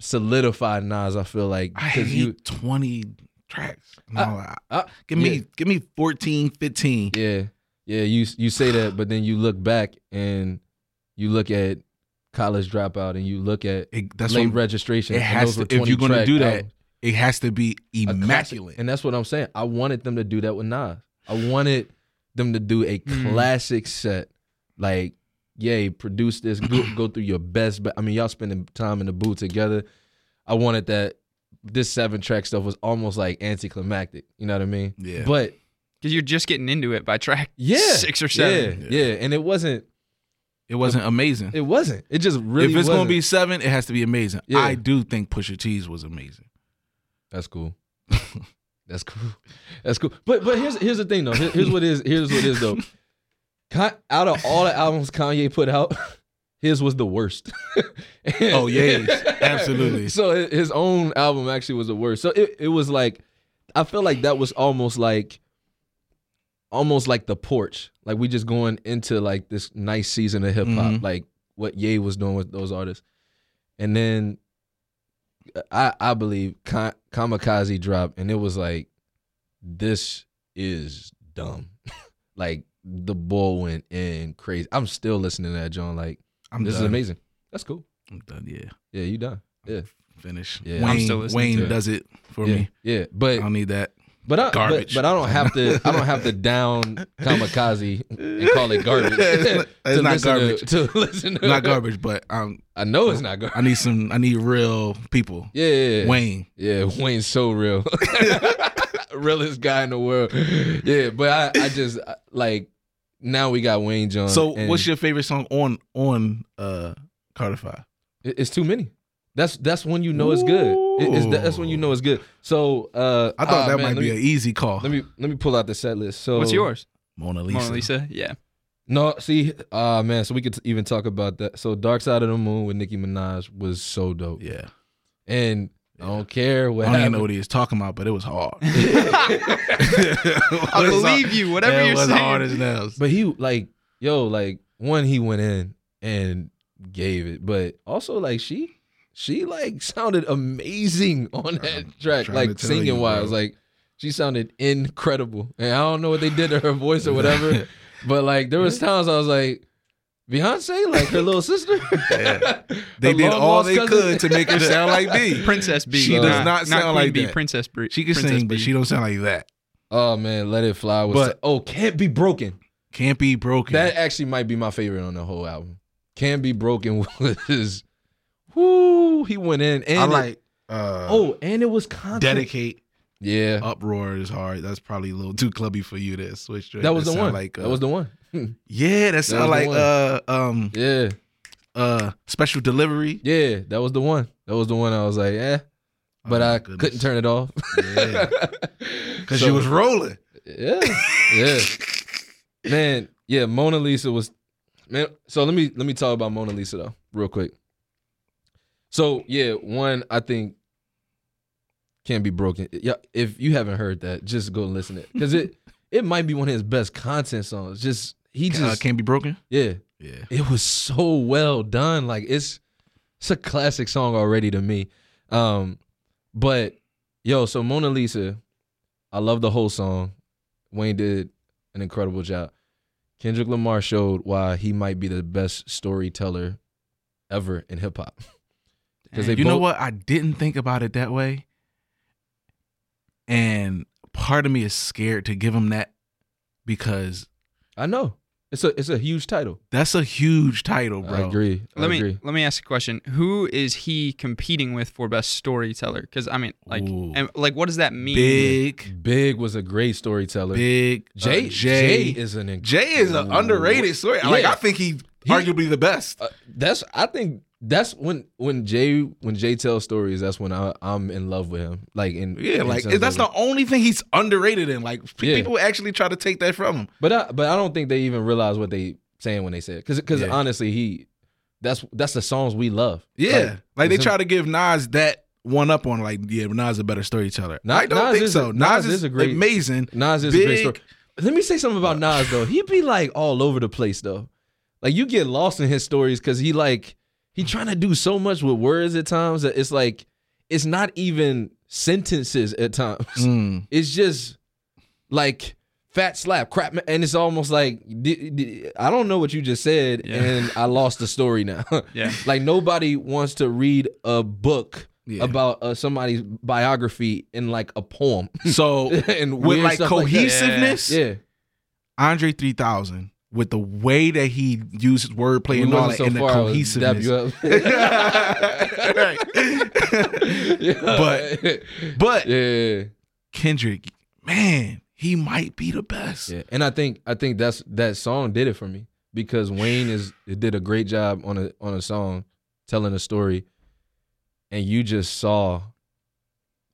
[SPEAKER 2] solidified Nas, I feel like
[SPEAKER 1] I
[SPEAKER 2] 'cause
[SPEAKER 1] hate
[SPEAKER 2] you
[SPEAKER 1] 20 tracks. No, I-
[SPEAKER 2] uh,
[SPEAKER 1] give me give me 14, 15.
[SPEAKER 2] yeah. Yeah, you you say that, but then you look back and you look at college dropout and you look at
[SPEAKER 1] It, that's
[SPEAKER 2] late
[SPEAKER 1] what,
[SPEAKER 2] registration.
[SPEAKER 1] it
[SPEAKER 2] and
[SPEAKER 1] has
[SPEAKER 2] those
[SPEAKER 1] to-
[SPEAKER 2] were
[SPEAKER 1] if you're gonna
[SPEAKER 2] 20-track
[SPEAKER 1] do that,
[SPEAKER 2] albums.
[SPEAKER 1] it has to be
[SPEAKER 2] A classic.
[SPEAKER 1] immaculate.
[SPEAKER 2] And that's what I'm saying. I wanted them to do that with Nas. I wanted them to do a
[SPEAKER 1] Hmm.
[SPEAKER 3] Mm.
[SPEAKER 2] classic set. Like, yay, produce this, go, go through your best. But I mean, y'all spending time in the booth together. I wanted that. This seven track stuff was almost like anticlimactic. You know what I mean?
[SPEAKER 1] Yeah.
[SPEAKER 2] But
[SPEAKER 3] Cuz you're just getting into it by track
[SPEAKER 2] yeah,
[SPEAKER 3] 6 or 7.
[SPEAKER 2] Yeah, yeah, and it wasn't.
[SPEAKER 1] it wasn't amazing.
[SPEAKER 2] It wasn't. It just really.
[SPEAKER 1] if it's going
[SPEAKER 2] wasn't.
[SPEAKER 1] to be 7, it has to be amazing.
[SPEAKER 2] Yeah.
[SPEAKER 1] I do think Pusha T's was amazing.
[SPEAKER 2] That's cool. That's cool. That's cool. But but here's here's the thing though. Here- here's what is here's what is though. Con- out of all the albums Kanye put out, his was the worst.
[SPEAKER 1] Oh, yes. Absolutely.
[SPEAKER 2] So hi- his own album actually was the worst. So it, it was like I feel like that was almost like almost like the porch. Like we just going into like this nice season of hip hop,
[SPEAKER 1] Mhm.
[SPEAKER 2] like what Ye was doing with those artists. And then I I believe Ka- Kamikaze dropped, and it was like, this is dumb. like the bull went in crazy. I'm still listening to that John. Like
[SPEAKER 1] I'm
[SPEAKER 2] this
[SPEAKER 1] done.
[SPEAKER 2] is amazing. That's cool.
[SPEAKER 1] I'm done, yeah.
[SPEAKER 2] Yeah, you done. Yeah.
[SPEAKER 1] Finish.
[SPEAKER 2] Yeah.
[SPEAKER 1] Wayne,
[SPEAKER 3] I'm still listening
[SPEAKER 1] Wayne
[SPEAKER 2] to it.
[SPEAKER 1] does it for
[SPEAKER 2] yeah,
[SPEAKER 1] me.
[SPEAKER 2] yeah.
[SPEAKER 1] I
[SPEAKER 2] But
[SPEAKER 1] don't need that.
[SPEAKER 2] but I but,
[SPEAKER 1] Garbage.
[SPEAKER 2] but I don't have to I don't have to down Kamikaze and call it garbage.
[SPEAKER 1] It's not- it's not
[SPEAKER 2] To listen to-
[SPEAKER 1] garbage.
[SPEAKER 2] to listen to
[SPEAKER 1] not garbage, but um,
[SPEAKER 2] I know it's not garbage.
[SPEAKER 1] I need some. I need real people.
[SPEAKER 2] Yeah, yeah, yeah.
[SPEAKER 1] Wayne.
[SPEAKER 2] Yeah, Wayne's so real. Realest guy in the world. Yeah, but I, I just I- like now we got Wayne John.
[SPEAKER 1] So,
[SPEAKER 2] Uh, and
[SPEAKER 1] what's your favorite song on on uh Carter Five?
[SPEAKER 2] it- It's too many. That's that's when you know it's good. It- it's- that's when you know it's good. So uh,
[SPEAKER 1] I thought
[SPEAKER 2] ah,
[SPEAKER 1] that
[SPEAKER 2] man,
[SPEAKER 1] might
[SPEAKER 2] let
[SPEAKER 1] be
[SPEAKER 2] me,
[SPEAKER 1] an easy call.
[SPEAKER 2] Let me let me pull out the set list. So
[SPEAKER 3] What's yours?
[SPEAKER 1] Mona Oh, Lisa.
[SPEAKER 3] Mona Lisa. Yeah.
[SPEAKER 2] No, see, ah man. So we could even talk about that. So Dark Side of the Moon with Nicki Minaj was so dope.
[SPEAKER 1] Yeah,
[SPEAKER 2] And I don't care
[SPEAKER 1] I
[SPEAKER 2] what
[SPEAKER 1] don't even
[SPEAKER 2] happened.
[SPEAKER 1] know what he was talking about, but it was hard.
[SPEAKER 3] I believe you. Whatever
[SPEAKER 1] it
[SPEAKER 3] you're
[SPEAKER 1] was
[SPEAKER 3] saying.
[SPEAKER 1] hard as nails.
[SPEAKER 2] But he like yo like one he went in and gave it, but also like she she like sounded amazing on that
[SPEAKER 1] I'm trying
[SPEAKER 2] track,
[SPEAKER 1] to
[SPEAKER 2] like
[SPEAKER 1] tell
[SPEAKER 2] singing
[SPEAKER 1] you,
[SPEAKER 2] wise,
[SPEAKER 1] bro.
[SPEAKER 2] like she sounded incredible. And I don't know what they did to her voice or whatever, but like there was times I was like. Beyonce, like her little sister,
[SPEAKER 1] Yeah. They
[SPEAKER 2] Her
[SPEAKER 1] did
[SPEAKER 2] long
[SPEAKER 1] all
[SPEAKER 2] lost
[SPEAKER 1] they
[SPEAKER 2] cousin.
[SPEAKER 1] could to make her sound like me.
[SPEAKER 3] Princess B.
[SPEAKER 1] She
[SPEAKER 2] does
[SPEAKER 1] not sound
[SPEAKER 3] Queen
[SPEAKER 1] like
[SPEAKER 3] B,
[SPEAKER 1] that.
[SPEAKER 3] Princess B.
[SPEAKER 1] She can
[SPEAKER 3] Princess
[SPEAKER 1] sing, but
[SPEAKER 3] B.
[SPEAKER 1] she don't sound like that.
[SPEAKER 2] Oh man, let it fly was
[SPEAKER 1] But-
[SPEAKER 2] oh can't be broken.
[SPEAKER 1] Can't be broken.
[SPEAKER 2] That actually might be my favorite on the whole album. Can be broken was whoo, he went in and
[SPEAKER 1] I
[SPEAKER 2] it-
[SPEAKER 1] like. Uh, Oh,
[SPEAKER 2] oh, and it was content.
[SPEAKER 1] dedicate.
[SPEAKER 2] Yeah.
[SPEAKER 1] Uproar is hard. That's probably a little too clubby for you to switch. to it.
[SPEAKER 2] that was the
[SPEAKER 1] sound
[SPEAKER 2] one.
[SPEAKER 1] Like, uh,
[SPEAKER 2] that was the one.
[SPEAKER 1] yeah. That sound
[SPEAKER 2] was
[SPEAKER 1] like
[SPEAKER 2] the
[SPEAKER 1] uh um
[SPEAKER 2] Yeah.
[SPEAKER 1] uh special delivery.
[SPEAKER 2] Yeah, that was the one. That was the one I was like, eh. But
[SPEAKER 1] Oh,
[SPEAKER 2] I
[SPEAKER 1] goodness.
[SPEAKER 2] couldn't turn it off.
[SPEAKER 1] Yeah. Cause
[SPEAKER 2] So-
[SPEAKER 1] you was rolling.
[SPEAKER 2] Yeah. Yeah. man, yeah, Mona Lisa was man. So let me let me talk about Mona Lisa though, real quick. So yeah, one I think can be broken. Yeah, if you haven't heard that, just go listen to it because it it might be one of his best content songs. Just he
[SPEAKER 1] Uh,
[SPEAKER 2] just
[SPEAKER 1] can't be broken.
[SPEAKER 2] yeah,
[SPEAKER 1] Yeah.
[SPEAKER 2] it was so well done. Like it's it's a classic song already to me. Um, but yo, so Mona Lisa, I love the whole song. Wayne did an incredible job. Kendrick Lamar showed why he might be the best storyteller ever in hip hop. Because they
[SPEAKER 1] you know
[SPEAKER 2] both-
[SPEAKER 1] what? I didn't think about it that way. And part of me is scared to give him that because
[SPEAKER 2] I know it's a it's a huge title.
[SPEAKER 1] that's a huge title, Oh, bro.
[SPEAKER 2] I agree. I
[SPEAKER 3] Let me
[SPEAKER 2] agree.
[SPEAKER 3] let me ask a question. Who is he competing with for best storyteller? Because I mean, like,
[SPEAKER 1] Ooh.
[SPEAKER 3] and, like, what does that mean?
[SPEAKER 1] Big,
[SPEAKER 2] Big was a great storyteller.
[SPEAKER 1] big
[SPEAKER 2] Jay,
[SPEAKER 1] uh,
[SPEAKER 2] Jay
[SPEAKER 1] Jay.
[SPEAKER 2] is an inc-
[SPEAKER 1] Jay is an underrated story. Like
[SPEAKER 2] Yeah.
[SPEAKER 1] I think he
[SPEAKER 2] He-
[SPEAKER 1] arguably the best.
[SPEAKER 2] Uh, that's I think that's when when Jay when Jay tells stories. That's when I, I'm in love with him. Like in
[SPEAKER 1] Yeah,
[SPEAKER 2] in
[SPEAKER 1] like
[SPEAKER 2] terms
[SPEAKER 1] that's
[SPEAKER 2] of-
[SPEAKER 1] the only thing he's underrated in. Like pe-
[SPEAKER 2] Yeah.
[SPEAKER 1] people actually try to take that from him.
[SPEAKER 2] But I, but I don't think they even realize what they saying when they say it. Because
[SPEAKER 1] Yeah.
[SPEAKER 2] honestly, he that's that's the songs we love.
[SPEAKER 1] Yeah, like, they
[SPEAKER 2] it's him-
[SPEAKER 1] try to give Nas that one up on. Like yeah, Nas is a better storyteller.
[SPEAKER 2] Nas-
[SPEAKER 1] I don't
[SPEAKER 2] Nas
[SPEAKER 1] think
[SPEAKER 2] is a-
[SPEAKER 1] so.
[SPEAKER 2] Nas
[SPEAKER 1] Nas,
[SPEAKER 2] is
[SPEAKER 1] is,
[SPEAKER 2] a great-
[SPEAKER 1] amazing.
[SPEAKER 2] Nas is a great
[SPEAKER 1] Big-
[SPEAKER 2] story. Let me say something about Nas though. He be like all over the place though. Like you get lost in his stories because he like he trying to do so much with words at times that it's like it's not even sentences at times.
[SPEAKER 1] Mm.
[SPEAKER 2] it's just like fat slap crap ma- and it's almost like d- d- i don't know what you just said
[SPEAKER 3] Yeah.
[SPEAKER 2] and i lost the story now
[SPEAKER 3] Yeah.
[SPEAKER 2] like nobody wants to read a book
[SPEAKER 1] Yeah.
[SPEAKER 2] about uh, somebody's biography in like a poem
[SPEAKER 1] so
[SPEAKER 2] and
[SPEAKER 1] with
[SPEAKER 2] weird
[SPEAKER 1] like
[SPEAKER 2] stuff like that.
[SPEAKER 1] cohesiveness,
[SPEAKER 2] yeah
[SPEAKER 1] Andre three thousand with the way that he uses wordplay
[SPEAKER 2] We
[SPEAKER 1] and all that,
[SPEAKER 2] wasn't so
[SPEAKER 1] and the
[SPEAKER 2] far, I would dab
[SPEAKER 1] cohesiveness.
[SPEAKER 2] you up.
[SPEAKER 1] Right.
[SPEAKER 2] Yeah.
[SPEAKER 1] But- but
[SPEAKER 2] yeah
[SPEAKER 1] Kendrick, man, he might be the best.
[SPEAKER 2] Yeah, and I think I think that's that song did it for me because Wayne is did a great job on a on a song telling a story, and you just saw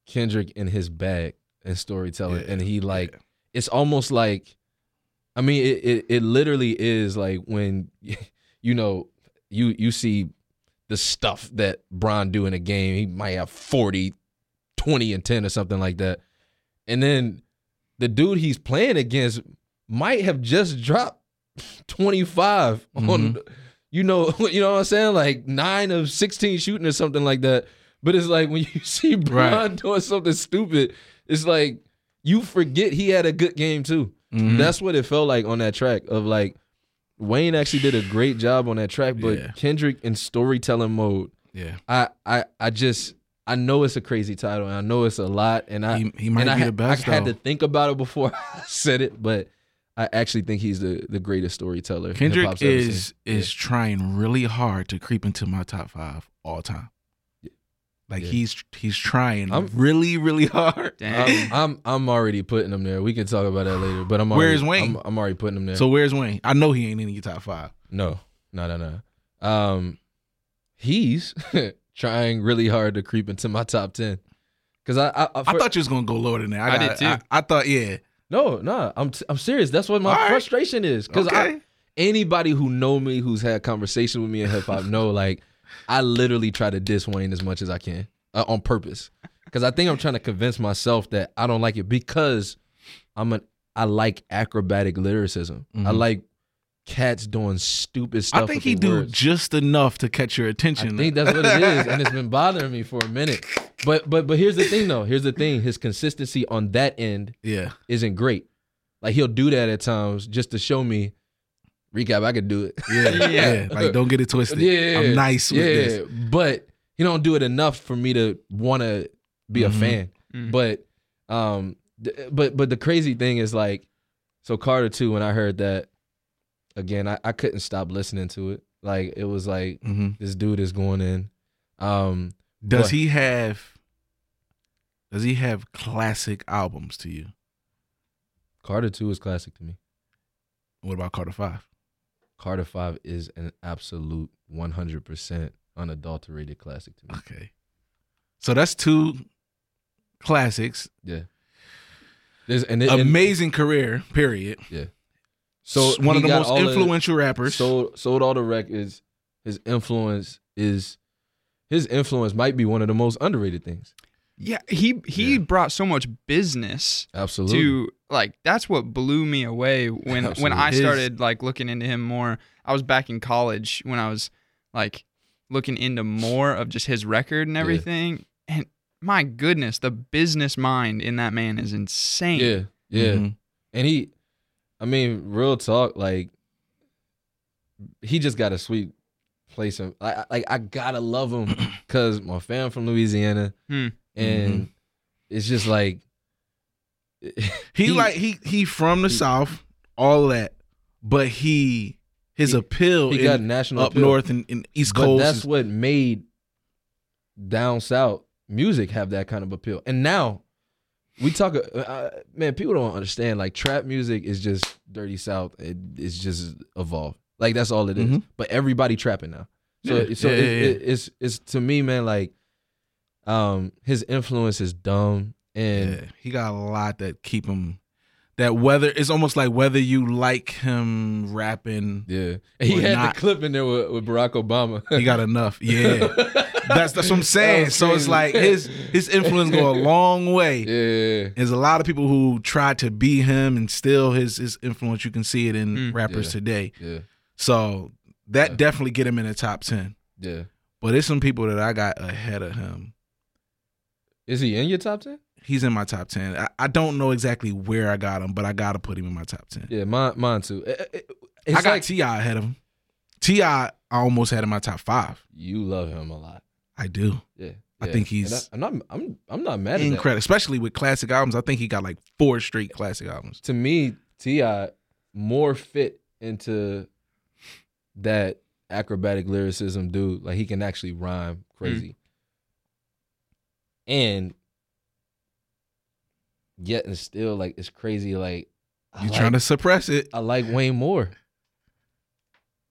[SPEAKER 2] Kendrick in his bag and storytelling,
[SPEAKER 1] Yeah,
[SPEAKER 2] and he like
[SPEAKER 1] yeah.
[SPEAKER 2] it's almost like, I mean, it, it it literally is like when you know you you see the stuff that Bron do in a game, he might have 40, 20 and 10 or something like that. And then the dude he's playing against might have just dropped 25 on you know, you know what I'm saying? Like 9 of 16 shooting or something like that. But it's like when you see Bron
[SPEAKER 1] Right.
[SPEAKER 2] doing something stupid, it's like you forget he had a good game too.
[SPEAKER 1] Mhm.
[SPEAKER 2] That's what it felt like on that track of like Wayne actually did a great job on that track, but
[SPEAKER 1] Yeah.
[SPEAKER 2] Kendrick in storytelling mode,
[SPEAKER 1] yeah.
[SPEAKER 2] I I I just I know it's a crazy title and I know it's a lot and I
[SPEAKER 1] he, he might
[SPEAKER 2] and
[SPEAKER 1] be
[SPEAKER 2] I,
[SPEAKER 1] the
[SPEAKER 2] had-
[SPEAKER 1] best.
[SPEAKER 2] I had
[SPEAKER 1] though.
[SPEAKER 2] to think about it before I said it, but I actually think he's the the greatest storyteller.
[SPEAKER 1] Kendrick
[SPEAKER 2] hip-hop's ever seen.
[SPEAKER 1] is is trying really hard to creep into my top five all time. Like
[SPEAKER 2] Yeah.
[SPEAKER 1] he's he's trying
[SPEAKER 2] I'm-
[SPEAKER 1] really really hard.
[SPEAKER 3] Dang.
[SPEAKER 2] I'm, I'm I'm already putting him there. We can talk about that later. But I'm already,
[SPEAKER 1] Where's Wayne?
[SPEAKER 2] I'm, I'm already putting him there.
[SPEAKER 1] So where's Wayne? I know he ain't in your top five.
[SPEAKER 2] No, no, no, no. Um, he's trying really hard to creep into my top ten because I, I, I,
[SPEAKER 1] I thought you was gonna go lower than that. I,
[SPEAKER 3] I did
[SPEAKER 1] got-
[SPEAKER 3] too.
[SPEAKER 1] I, I thought yeah.
[SPEAKER 2] no, no. I'm t- I'm serious. That's what my
[SPEAKER 1] All right.
[SPEAKER 2] frustration is because
[SPEAKER 1] Okay.
[SPEAKER 2] anybody who know me who's had conversation with me in hip hop know like I literally try to diss Wayne as much as I can uh, on purpose because I think I'm trying to convince myself that I don't like it because I'm an I like acrobatic lyricism. I
[SPEAKER 1] Mhm.
[SPEAKER 2] like cats doing stupid stuff.
[SPEAKER 1] I think
[SPEAKER 2] with
[SPEAKER 1] he
[SPEAKER 2] their
[SPEAKER 1] do
[SPEAKER 2] words.
[SPEAKER 1] just enough to catch your
[SPEAKER 2] I
[SPEAKER 1] attention.
[SPEAKER 2] think that's what it is, and it's been bothering me for a minute. But but but here's the thing though. Here's the thing. His consistency on that end
[SPEAKER 1] yeah.
[SPEAKER 2] isn't great. Like he'll do that at times just to show me. Recap, I could do it.
[SPEAKER 1] yeah,
[SPEAKER 3] Yeah.
[SPEAKER 1] yeah, Like don't get it twisted.
[SPEAKER 2] Yeah,
[SPEAKER 1] I'm nice with this.
[SPEAKER 2] But he don't do it enough for me to want to be a
[SPEAKER 1] Mhm.
[SPEAKER 2] fan.
[SPEAKER 3] Mm.
[SPEAKER 2] But um, th- but but the crazy thing is like, so Carter too. When I heard that, again, I, I couldn't stop listening to it. Like it was like
[SPEAKER 1] hmm
[SPEAKER 2] this dude is going in. Um,
[SPEAKER 1] Does
[SPEAKER 2] What?
[SPEAKER 1] he have? Does he have classic albums to you?
[SPEAKER 2] Carter two is classic to me.
[SPEAKER 1] What about Carter Five?
[SPEAKER 2] Carter Five is an absolute one hundred percent unadulterated classic to me.
[SPEAKER 1] Okay. So that's two classics.
[SPEAKER 2] Yeah. There's and it, and-
[SPEAKER 1] Amazing career, period.
[SPEAKER 2] so
[SPEAKER 1] one of
[SPEAKER 2] he
[SPEAKER 1] the
[SPEAKER 2] got
[SPEAKER 1] most
[SPEAKER 2] all
[SPEAKER 1] influential rappers.
[SPEAKER 2] sold sold all the records. His influence is his influence might be one of the most underrated things.
[SPEAKER 3] Yeah, he he
[SPEAKER 2] Yeah.
[SPEAKER 3] brought so much business
[SPEAKER 2] Absolutely.
[SPEAKER 3] to like that's what blew me away when when
[SPEAKER 2] Absolutely.
[SPEAKER 3] I
[SPEAKER 1] His-
[SPEAKER 3] started like looking into him more. I was back in college when I was like looking into more of just his record and
[SPEAKER 2] Yeah.
[SPEAKER 3] everything. And my goodness, the business mind in that man is insane.
[SPEAKER 2] Yeah, yeah.
[SPEAKER 1] Mhm.
[SPEAKER 2] And he, I mean, real talk, like he just got a sweet place. Of, like, I- like I gotta love him because my fam from Louisiana,
[SPEAKER 3] Hmm.
[SPEAKER 2] and it's just like
[SPEAKER 1] He,
[SPEAKER 2] He-
[SPEAKER 1] like he he from the
[SPEAKER 2] he-
[SPEAKER 1] south, all that, but he his
[SPEAKER 2] He-
[SPEAKER 1] appeal
[SPEAKER 2] he
[SPEAKER 1] in-
[SPEAKER 2] got national
[SPEAKER 1] up
[SPEAKER 2] appeal.
[SPEAKER 1] north and, and east
[SPEAKER 2] but
[SPEAKER 1] coast.
[SPEAKER 2] that's
[SPEAKER 1] is-
[SPEAKER 2] what made down south music have that kind of appeal. And now we talk, uh, uh, man. People don't understand. Like trap music is just dirty south. It, it's just evolved. Like that's all it is.
[SPEAKER 1] Mhm.
[SPEAKER 2] But everybody trapping now. So
[SPEAKER 1] Yeah.
[SPEAKER 2] so
[SPEAKER 1] Yeah,
[SPEAKER 2] it,
[SPEAKER 1] yeah, yeah.
[SPEAKER 2] It, it's it's to me, man. Like, um, his influence is dumb and.
[SPEAKER 1] yeah, he got a lot that keep him. That whether it's almost like whether you like him rapping,
[SPEAKER 2] Yeah, and he
[SPEAKER 1] Or
[SPEAKER 2] had
[SPEAKER 1] not.
[SPEAKER 2] the clip in there with, with Barack Obama.
[SPEAKER 1] he got enough. Yeah, that's that's what I'm saying. So it's like his his influence go a long way.
[SPEAKER 2] yeah,
[SPEAKER 1] There's a lot of people who tried to be him and still his his influence. You can see it in
[SPEAKER 3] Mm.
[SPEAKER 1] rappers
[SPEAKER 2] Yeah.
[SPEAKER 1] today.
[SPEAKER 2] yeah,
[SPEAKER 1] So that
[SPEAKER 2] Yeah.
[SPEAKER 1] definitely get him in the top ten.
[SPEAKER 2] yeah.
[SPEAKER 1] But there's some people that I got ahead of him.
[SPEAKER 2] Is he in your top ten?
[SPEAKER 1] He's in my top ten. I, I don't know exactly where I got him, but I gotta put him in my top ten.
[SPEAKER 2] Yeah, mine, mine too. It- it- it- it's
[SPEAKER 1] I got
[SPEAKER 2] like-
[SPEAKER 1] Ti ahead of him. Ti, I almost had in my top five.
[SPEAKER 2] you love him a lot.
[SPEAKER 1] I do.
[SPEAKER 2] Yeah,
[SPEAKER 1] I
[SPEAKER 2] yeah.
[SPEAKER 1] think
[SPEAKER 2] And
[SPEAKER 1] he's-
[SPEAKER 2] I, am not. I'm. I'm not mad at that.
[SPEAKER 1] Incredible, especially with classic albums. I think he got like four straight classic albums.
[SPEAKER 2] To me, Ti more fit into that acrobatic lyricism dude. Like he can actually rhyme
[SPEAKER 1] Mm.
[SPEAKER 2] crazy, and yet and still like it's crazy. Like I
[SPEAKER 1] You
[SPEAKER 2] like-
[SPEAKER 1] trying to suppress it?
[SPEAKER 2] I like Wayne Moore.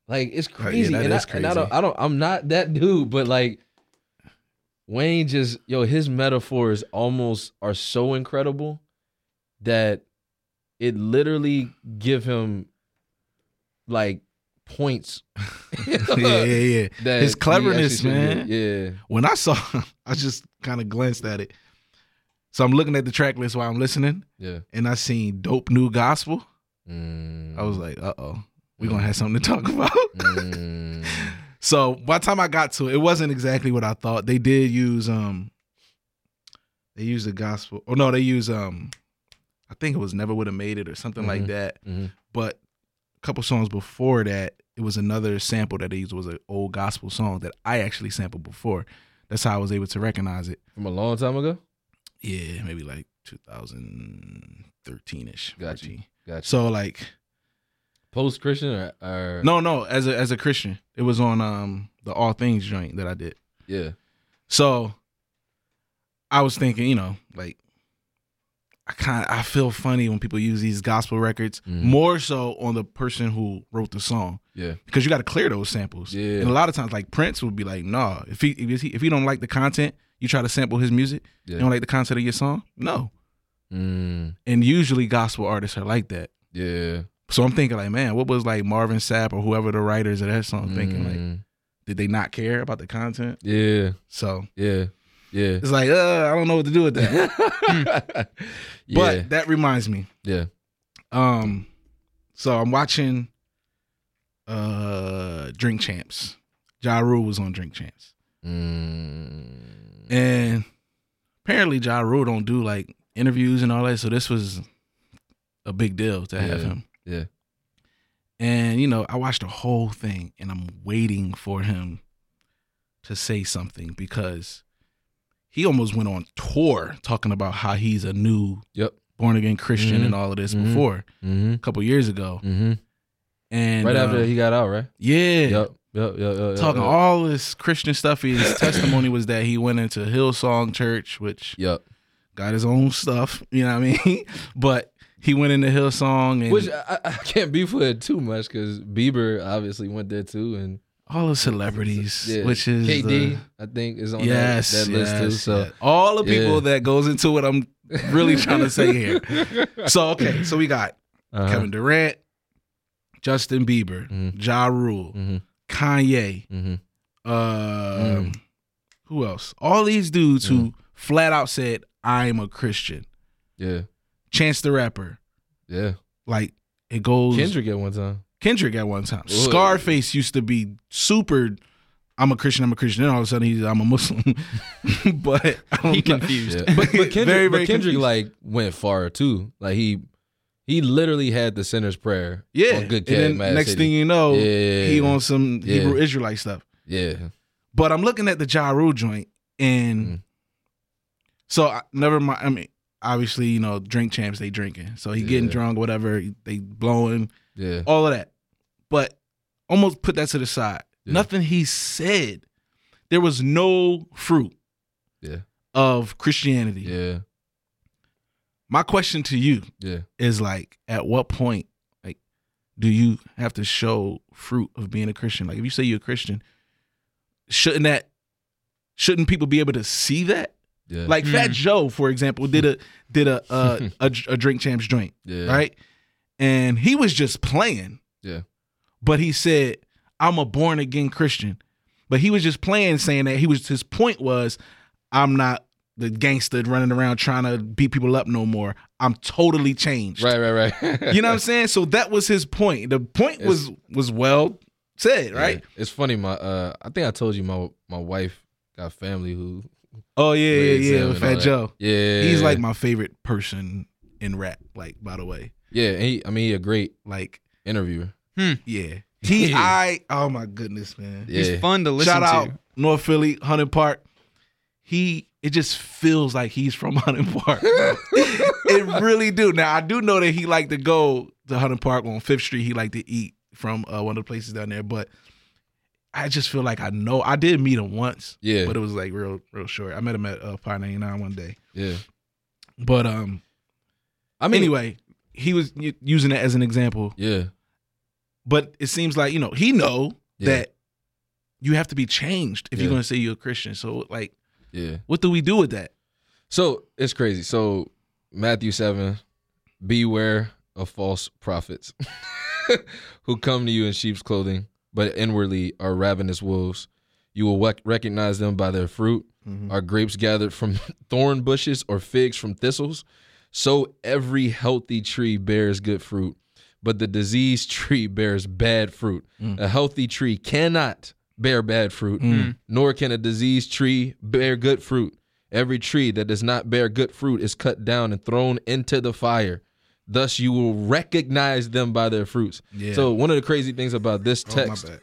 [SPEAKER 2] Like it's
[SPEAKER 1] Oh, yeah,
[SPEAKER 2] crazy.
[SPEAKER 1] that is
[SPEAKER 2] and, I, and I
[SPEAKER 1] crazy.
[SPEAKER 2] don't I don't I'm not that dude, but like Wayne just yo, his metaphors almost are so incredible that it literally give him like points.
[SPEAKER 1] yeah, yeah, yeah.
[SPEAKER 2] that
[SPEAKER 1] His
[SPEAKER 2] he
[SPEAKER 1] cleverness,
[SPEAKER 2] actually should get.
[SPEAKER 1] when I saw him, I just kind of glanced at it. So I'm looking at the track list while I'm listening,
[SPEAKER 2] Yeah, yeah.
[SPEAKER 1] and I seen Dope New Gospel.
[SPEAKER 2] Mm,
[SPEAKER 1] I was like, uh oh, we're gonna have something to talk about.
[SPEAKER 2] mm,
[SPEAKER 1] so by the time I got to it, it wasn't exactly what I thought. They did use um they used the gospel. Oh no, they use um I think it was Never Would Have Made It or something like
[SPEAKER 2] Mhm.
[SPEAKER 1] that.
[SPEAKER 2] mhm.
[SPEAKER 1] But a couple songs before that, it was another sample that they used was an old gospel song that I actually sampled before. That's how I was able to recognize it.
[SPEAKER 2] From a long time ago?
[SPEAKER 1] yeah, maybe like 2013 ish.
[SPEAKER 2] Gotcha. Gotcha.
[SPEAKER 1] So like,
[SPEAKER 2] Post Christian or, or
[SPEAKER 1] no, no. As a as a Christian, it was on um the All Things joint that I did.
[SPEAKER 2] Yeah.
[SPEAKER 1] So I was thinking, you know, like I kind of I feel funny when people use these gospel records
[SPEAKER 2] Mhm.
[SPEAKER 1] more so on the person who wrote the song
[SPEAKER 2] Yeah.
[SPEAKER 1] because you got to clear those samples.
[SPEAKER 2] Yeah.
[SPEAKER 1] And a lot of times, like Prince would be like, "Nah, if he if he if he don't like the content, you try to sample his music.
[SPEAKER 2] Yeah.
[SPEAKER 1] You don't like the content of your song, no."
[SPEAKER 2] Mm.
[SPEAKER 1] And usually, gospel artists are like that.
[SPEAKER 2] Yeah.
[SPEAKER 1] So I'm thinking like, man, what was like Marvin Sapp or whoever the writers of that song thinking? Like,
[SPEAKER 2] Mm.
[SPEAKER 1] did they not care about the content?
[SPEAKER 2] yeah,
[SPEAKER 1] So
[SPEAKER 2] yeah, yeah.
[SPEAKER 1] it's like, uh, I don't know what to do with that.
[SPEAKER 2] yeah.
[SPEAKER 1] But that reminds me.
[SPEAKER 2] yeah.
[SPEAKER 1] Um, so I'm watching uh Drink Champs. Ja Rule was on Drink Champs.
[SPEAKER 2] Mm.
[SPEAKER 1] And apparently Ja Rule don't do like interviews and all that. So this was a big deal to have
[SPEAKER 2] Yeah,
[SPEAKER 1] him.
[SPEAKER 2] yeah.
[SPEAKER 1] And you know, I watched the whole thing and I'm waiting for him to say something because he almost went on tour talking about how he's a new
[SPEAKER 2] Yep.
[SPEAKER 1] born again Christian
[SPEAKER 2] Mhm.
[SPEAKER 1] and all of this
[SPEAKER 2] Mhm.
[SPEAKER 1] before
[SPEAKER 2] Mm-hmm.
[SPEAKER 1] a couple years ago.
[SPEAKER 2] Mm-hmm.
[SPEAKER 1] And
[SPEAKER 2] Right
[SPEAKER 1] uh,
[SPEAKER 2] after he uh, got out, right?
[SPEAKER 1] yeah,
[SPEAKER 2] Yep. Yep. Yep. Yep. yep
[SPEAKER 1] talking
[SPEAKER 2] yep.
[SPEAKER 1] all this Christian stuff. His testimony was that he went into Hillsong Church, which
[SPEAKER 2] Yep.
[SPEAKER 1] got his own stuff. You know what I mean? but he went into Hillsong and
[SPEAKER 2] Which uh, I, I can't beef with it too much because Bieber obviously went there too, and
[SPEAKER 1] all the celebrities,
[SPEAKER 2] yeah,
[SPEAKER 1] which is
[SPEAKER 2] KD
[SPEAKER 1] the-
[SPEAKER 2] I think is on that-
[SPEAKER 1] yes,
[SPEAKER 2] that, list
[SPEAKER 1] yes,
[SPEAKER 2] too. So
[SPEAKER 1] yes. all the people
[SPEAKER 2] Yeah.
[SPEAKER 1] that goes into what I'm really trying to say here. So okay, so we got
[SPEAKER 2] Uh-huh.
[SPEAKER 1] Kevin Durant, Justin Bieber,
[SPEAKER 2] Mhm.
[SPEAKER 1] Ja Rule,
[SPEAKER 2] Mhm,
[SPEAKER 1] Kanye,
[SPEAKER 2] mhm.
[SPEAKER 1] um,
[SPEAKER 2] Mm.
[SPEAKER 1] who else? All these dudes who flat out said I'm a Christian.
[SPEAKER 2] Yeah,
[SPEAKER 1] Chance the Rapper,
[SPEAKER 2] yeah.
[SPEAKER 1] like it goes
[SPEAKER 2] Kendrick at one time.
[SPEAKER 1] Kendrick at one time.
[SPEAKER 2] Ooh.
[SPEAKER 1] Scarface used to be super. I'm a Christian. I'm a Christian. Then all of a sudden he's I'm a Muslim. but I'm
[SPEAKER 3] He
[SPEAKER 1] not-
[SPEAKER 3] confused.
[SPEAKER 2] Yeah. But, but Kendrick,
[SPEAKER 1] Very,
[SPEAKER 2] but
[SPEAKER 1] very
[SPEAKER 2] Kendrick
[SPEAKER 1] confused.
[SPEAKER 2] like went far too. Like he he literally had the sinner's prayer.
[SPEAKER 1] yeah.
[SPEAKER 2] on Good
[SPEAKER 1] and
[SPEAKER 2] Kid,
[SPEAKER 1] then
[SPEAKER 2] Mad
[SPEAKER 1] next
[SPEAKER 2] City.
[SPEAKER 1] thing you know,
[SPEAKER 2] yeah,
[SPEAKER 1] he on some
[SPEAKER 2] Yeah.
[SPEAKER 1] Hebrew Israelite stuff.
[SPEAKER 2] yeah.
[SPEAKER 1] But I'm looking at the Ja Rule joint, and
[SPEAKER 2] Mm.
[SPEAKER 1] so I, never mind. I mean, obviously, you know, drink champs they drinking, so he getting
[SPEAKER 2] Yeah.
[SPEAKER 1] drunk, whatever. They blowing
[SPEAKER 2] Yeah,
[SPEAKER 1] all of that, but almost put that to the side.
[SPEAKER 2] Yeah.
[SPEAKER 1] Nothing he said. There was no fruit
[SPEAKER 2] Yeah.
[SPEAKER 1] of Christianity.
[SPEAKER 2] yeah,
[SPEAKER 1] My question to you
[SPEAKER 2] yeah.
[SPEAKER 1] is like, at what point, like, do you have to show fruit of being a Christian? Like, if you say you're a Christian, shouldn't that, shouldn't people be able to see that?
[SPEAKER 2] Yeah.
[SPEAKER 1] Like Fat
[SPEAKER 3] Hmm.
[SPEAKER 1] Joe, for example, did a did a uh, a, a drink champs joint.
[SPEAKER 2] yeah.
[SPEAKER 1] right? And he was just playing.
[SPEAKER 2] Yeah.
[SPEAKER 1] But he said, I'm a born again Christian. But he was just playing, saying that he was his point was, I'm not the gangster running around trying to beat people up no more. I'm totally changed.
[SPEAKER 2] Right, right, right.
[SPEAKER 1] You know what I'm saying? So that was his point. The point was was well said, right?
[SPEAKER 2] Yeah. It's funny, my uh I think I told you my my wife got family who
[SPEAKER 1] Oh yeah,
[SPEAKER 2] Ray
[SPEAKER 1] yeah, yeah.
[SPEAKER 2] Zell
[SPEAKER 1] With
[SPEAKER 2] and all
[SPEAKER 1] Fat
[SPEAKER 2] that.
[SPEAKER 1] Joe.
[SPEAKER 2] Yeah.
[SPEAKER 1] He's like my favorite person in rap, like by the way.
[SPEAKER 2] Yeah, and he I mean he a great
[SPEAKER 1] Like,
[SPEAKER 2] interviewer.
[SPEAKER 1] yeah. He
[SPEAKER 2] Yeah.
[SPEAKER 1] I oh my goodness, man.
[SPEAKER 2] Yeah.
[SPEAKER 3] He's fun to listen
[SPEAKER 1] Shout out
[SPEAKER 3] to.
[SPEAKER 1] North Philly, Hunting Park. He it just feels like he's from Hunting Park. it really do. Now I do know that he liked to go to Hunting Park on Fifth Street. He liked to eat from uh, one of the places down there, but I just feel like I know. I did meet him once,
[SPEAKER 2] Yeah.
[SPEAKER 1] but it was like real, real short. I met him at uh, Pi 99 one day,
[SPEAKER 2] yeah.
[SPEAKER 1] but um.
[SPEAKER 2] I mean
[SPEAKER 1] anyway, he was u- using that as an example,
[SPEAKER 2] Yeah.
[SPEAKER 1] but it seems like you know he know
[SPEAKER 2] Yeah.
[SPEAKER 1] that you have to be changed if you're
[SPEAKER 2] Yeah.
[SPEAKER 1] going to say you're a Christian. So like.
[SPEAKER 2] Yeah.
[SPEAKER 1] What do we do with that?
[SPEAKER 2] So it's crazy. So Matthew seven, beware of false prophets who come to you in sheep's clothing, but inwardly are ravenous wolves. You will wec- recognize them by their fruit.
[SPEAKER 1] Mm-hmm.
[SPEAKER 2] Are grapes gathered from thorn bushes or figs from thistles? So every healthy tree bears good fruit, but the diseased tree bears bad fruit.
[SPEAKER 1] Mm.
[SPEAKER 2] A healthy tree cannot bear bad fruit,
[SPEAKER 1] Mm.
[SPEAKER 2] nor can a diseased tree bear good fruit. Every tree that does not bear good fruit is cut down and thrown into the fire. Thus you will recognize them by their fruits.
[SPEAKER 1] Yeah.
[SPEAKER 2] So one of the crazy things about this
[SPEAKER 1] Oh, my
[SPEAKER 2] text
[SPEAKER 1] bad.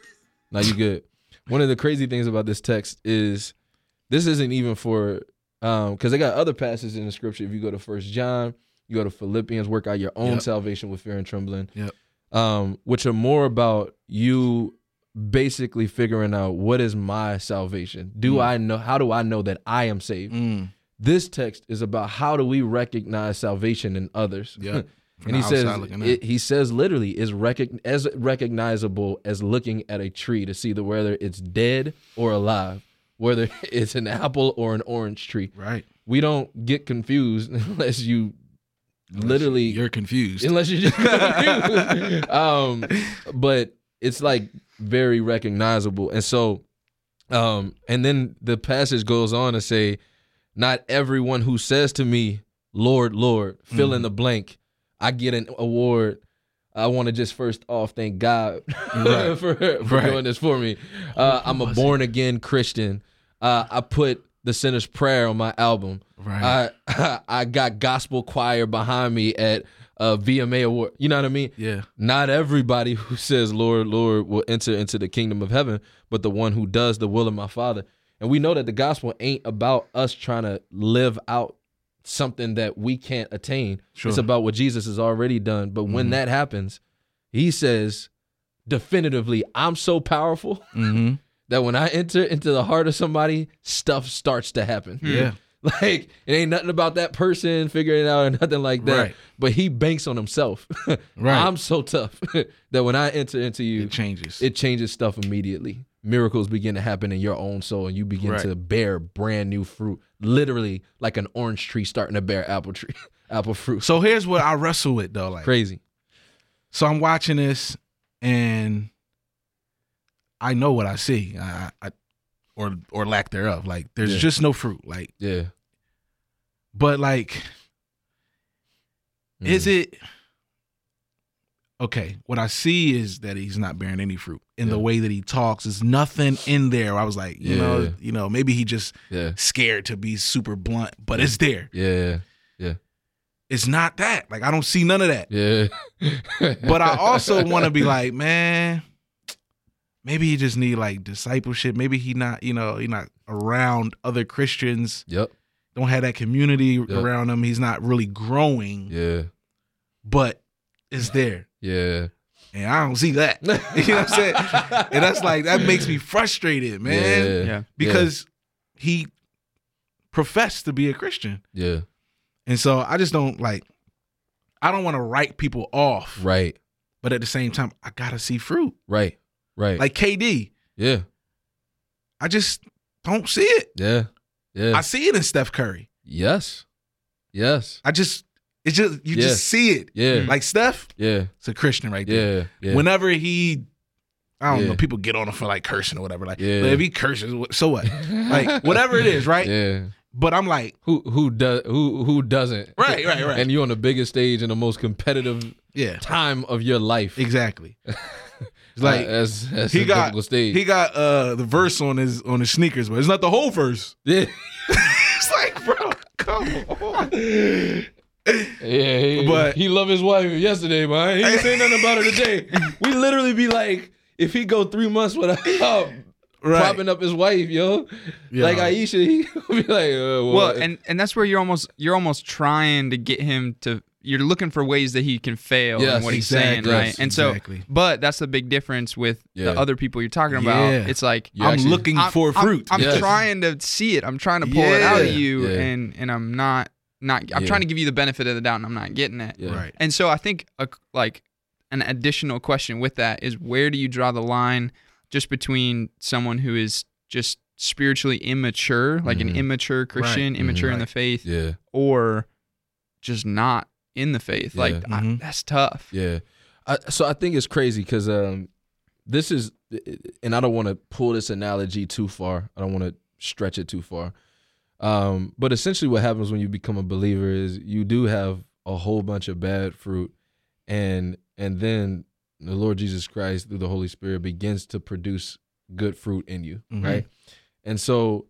[SPEAKER 2] now you good. One of the crazy things about this text is this isn't even for um because they got other passages in the scripture. If you go to First John, you go to Philippians, work out your own
[SPEAKER 1] Yep.
[SPEAKER 2] salvation with fear and trembling.
[SPEAKER 1] Yep.
[SPEAKER 2] Um, which are more about you basically figuring out what is my salvation. Do
[SPEAKER 1] Mm.
[SPEAKER 2] I know how do I know that I am saved?
[SPEAKER 1] Mm.
[SPEAKER 2] This text is about how do we recognize salvation in others.
[SPEAKER 1] Yeah. From
[SPEAKER 2] and he
[SPEAKER 1] the
[SPEAKER 2] says
[SPEAKER 1] outside looking in.
[SPEAKER 2] it, he says literally is recog- as recognizable as looking at a tree to see the whether it's dead or alive whether it's an apple or an orange tree
[SPEAKER 1] right.
[SPEAKER 2] we don't get confused unless you literally
[SPEAKER 1] you're confused.
[SPEAKER 2] unless you're just confused. um but it's like very recognizable and so um and then the passage goes on to say not everyone who says to me lord lord fill
[SPEAKER 1] Mm-hmm.
[SPEAKER 2] in the blank i get an award i want to just first off thank god
[SPEAKER 1] Right.
[SPEAKER 2] for, for
[SPEAKER 1] Right.
[SPEAKER 2] doing this for me uh, i'm a
[SPEAKER 1] was it?
[SPEAKER 2] born again christian uh, i put the sinner's prayer on my album
[SPEAKER 1] right.
[SPEAKER 2] I I got gospel choir behind me at a VMA award. You know what I mean?
[SPEAKER 1] yeah.
[SPEAKER 2] Not everybody who says Lord, Lord will enter into the kingdom of heaven, but the one who does the will of my Father. And we know that the gospel ain't about us trying to live out something that we can't attain.
[SPEAKER 1] Sure.
[SPEAKER 2] It's about what Jesus has already done. But when
[SPEAKER 1] Mhm.
[SPEAKER 2] that happens, he says definitively, I'm so powerful
[SPEAKER 1] mm-hmm.
[SPEAKER 2] that when I enter into the heart of somebody, stuff starts to happen.
[SPEAKER 1] Yeah.
[SPEAKER 2] Like it ain't nothing about that person figuring it out or nothing like that.
[SPEAKER 1] Right.
[SPEAKER 2] But he banks on himself.
[SPEAKER 1] Right.
[SPEAKER 2] I'm so tough that when I enter into you,
[SPEAKER 1] it changes.
[SPEAKER 2] it changes stuff immediately. Miracles begin to happen in your own soul, and you begin
[SPEAKER 1] Right.
[SPEAKER 2] to bear brand new fruit, literally like an orange tree starting to bear apple tree, apple fruit.
[SPEAKER 1] so here's what I wrestle with though. Like
[SPEAKER 2] Crazy.
[SPEAKER 1] so I'm watching this and I know what I see. I, I or or lack thereof. Like there's
[SPEAKER 2] Yeah.
[SPEAKER 1] just no fruit. Like
[SPEAKER 2] Yeah.
[SPEAKER 1] but like
[SPEAKER 2] Mm-hmm.
[SPEAKER 1] Is
[SPEAKER 2] Mm.
[SPEAKER 1] it okay? What I see is that he's not bearing any fruit in the
[SPEAKER 2] Yeah.
[SPEAKER 1] way that he talks. There's nothing in there. I was like, you
[SPEAKER 2] Yeah.
[SPEAKER 1] know, you know, maybe he just
[SPEAKER 2] Yeah.
[SPEAKER 1] scared to be super blunt, but it's there.
[SPEAKER 2] Yeah.
[SPEAKER 1] It's not that. Like I don't see none of that.
[SPEAKER 2] Yeah.
[SPEAKER 1] But I also want to be like, man, maybe he just need like discipleship. Maybe he not, you know, he not around other Christians.
[SPEAKER 2] Yep.
[SPEAKER 1] Don't have that community around him. He's not really growing,
[SPEAKER 2] Yeah.
[SPEAKER 1] but it's there.
[SPEAKER 2] Yeah.
[SPEAKER 1] And I don't see that. You know what I'm saying? And that's like that makes me frustrated, man.
[SPEAKER 2] Yeah.
[SPEAKER 3] Yeah.
[SPEAKER 1] Because he professed to be a Christian.
[SPEAKER 2] Yeah.
[SPEAKER 1] And so I just don't like I don't want to write people off,
[SPEAKER 2] Right.
[SPEAKER 1] but at the same time, I gotta see fruit.
[SPEAKER 2] Right. Right.
[SPEAKER 1] Like KD,
[SPEAKER 2] yeah.
[SPEAKER 1] I just don't see it.
[SPEAKER 2] Yeah. Yeah.
[SPEAKER 1] I see it in Steph Curry.
[SPEAKER 2] yes. Yes.
[SPEAKER 1] I just it's just you
[SPEAKER 2] Yeah.
[SPEAKER 1] just see it.
[SPEAKER 2] Yeah.
[SPEAKER 1] Like Steph,
[SPEAKER 2] Yeah.
[SPEAKER 1] it's a Christian right there.
[SPEAKER 2] Yeah. Yeah.
[SPEAKER 1] Whenever he I don't
[SPEAKER 2] Yeah.
[SPEAKER 1] know, people get on him for like cursing or whatever. Like,
[SPEAKER 2] Yeah.
[SPEAKER 1] but if he curses, what- so what? Like, whatever it is, right?
[SPEAKER 2] Yeah.
[SPEAKER 1] But I'm like,
[SPEAKER 2] Who who does who who doesn't?
[SPEAKER 1] Right, right, right.
[SPEAKER 2] And you on the biggest stage in the most competitive
[SPEAKER 1] yeah,
[SPEAKER 2] time of your life.
[SPEAKER 1] exactly. It's
[SPEAKER 2] Like
[SPEAKER 1] like
[SPEAKER 2] as, as
[SPEAKER 1] he
[SPEAKER 2] a
[SPEAKER 1] got-
[SPEAKER 2] difficult stage.
[SPEAKER 1] he got uh the verse on his on his sneakers, but it's not the whole verse.
[SPEAKER 2] yeah.
[SPEAKER 1] It's like, bro, come on.
[SPEAKER 2] Yeah, he,
[SPEAKER 1] But-
[SPEAKER 2] he loved his wife yesterday, man. He ain't saying nothing about her today. We literally be like, if he go three months without propping up his wife, yo,
[SPEAKER 1] Yeah.
[SPEAKER 2] like Aisha, he be like, uh, well,
[SPEAKER 3] Well, and and that's where you're almost you're almost trying to get him to. You're looking for ways that he can fail
[SPEAKER 2] Yes,
[SPEAKER 3] in what he's saying,
[SPEAKER 2] exactly.
[SPEAKER 3] right?
[SPEAKER 2] Yes,
[SPEAKER 3] and so,
[SPEAKER 1] exactly.
[SPEAKER 3] but that's the big difference with
[SPEAKER 2] Yeah.
[SPEAKER 3] the other people you're talking about.
[SPEAKER 1] Yeah.
[SPEAKER 3] It's like
[SPEAKER 2] You
[SPEAKER 1] I'm
[SPEAKER 2] actually-
[SPEAKER 1] looking
[SPEAKER 3] I'm-
[SPEAKER 1] for
[SPEAKER 3] I'm-
[SPEAKER 1] fruit.
[SPEAKER 3] I'm,
[SPEAKER 2] Yes.
[SPEAKER 3] trying to see it. I'm trying to pull it out of
[SPEAKER 1] Yeah.
[SPEAKER 3] you,
[SPEAKER 2] Yeah.
[SPEAKER 3] and and I'm not not. I'm
[SPEAKER 2] Yeah.
[SPEAKER 3] trying to give you the benefit of the doubt, and I'm not getting it.
[SPEAKER 2] Yeah.
[SPEAKER 1] Right.
[SPEAKER 3] And so I think a, like an additional question with that is where do you draw the line just between someone who is just spiritually immature, like
[SPEAKER 2] Mhm.
[SPEAKER 3] an immature Christian,
[SPEAKER 2] Mhm.
[SPEAKER 3] immature in the
[SPEAKER 1] Right.
[SPEAKER 3] faith,
[SPEAKER 2] yeah,
[SPEAKER 3] or just not in the faith? Like
[SPEAKER 2] Yeah.
[SPEAKER 3] I,
[SPEAKER 1] Mhm.
[SPEAKER 3] that's tough.
[SPEAKER 2] yeah. I, so I think it's crazy because um, this is, and I don't want to pull this analogy too far. I don't want to stretch it too far. Um, but essentially, what happens when you become a believer is you do have a whole bunch of bad fruit, and and then the Lord Jesus Christ through the Holy Spirit begins to produce good fruit in you,
[SPEAKER 1] Mhm.
[SPEAKER 2] right? And so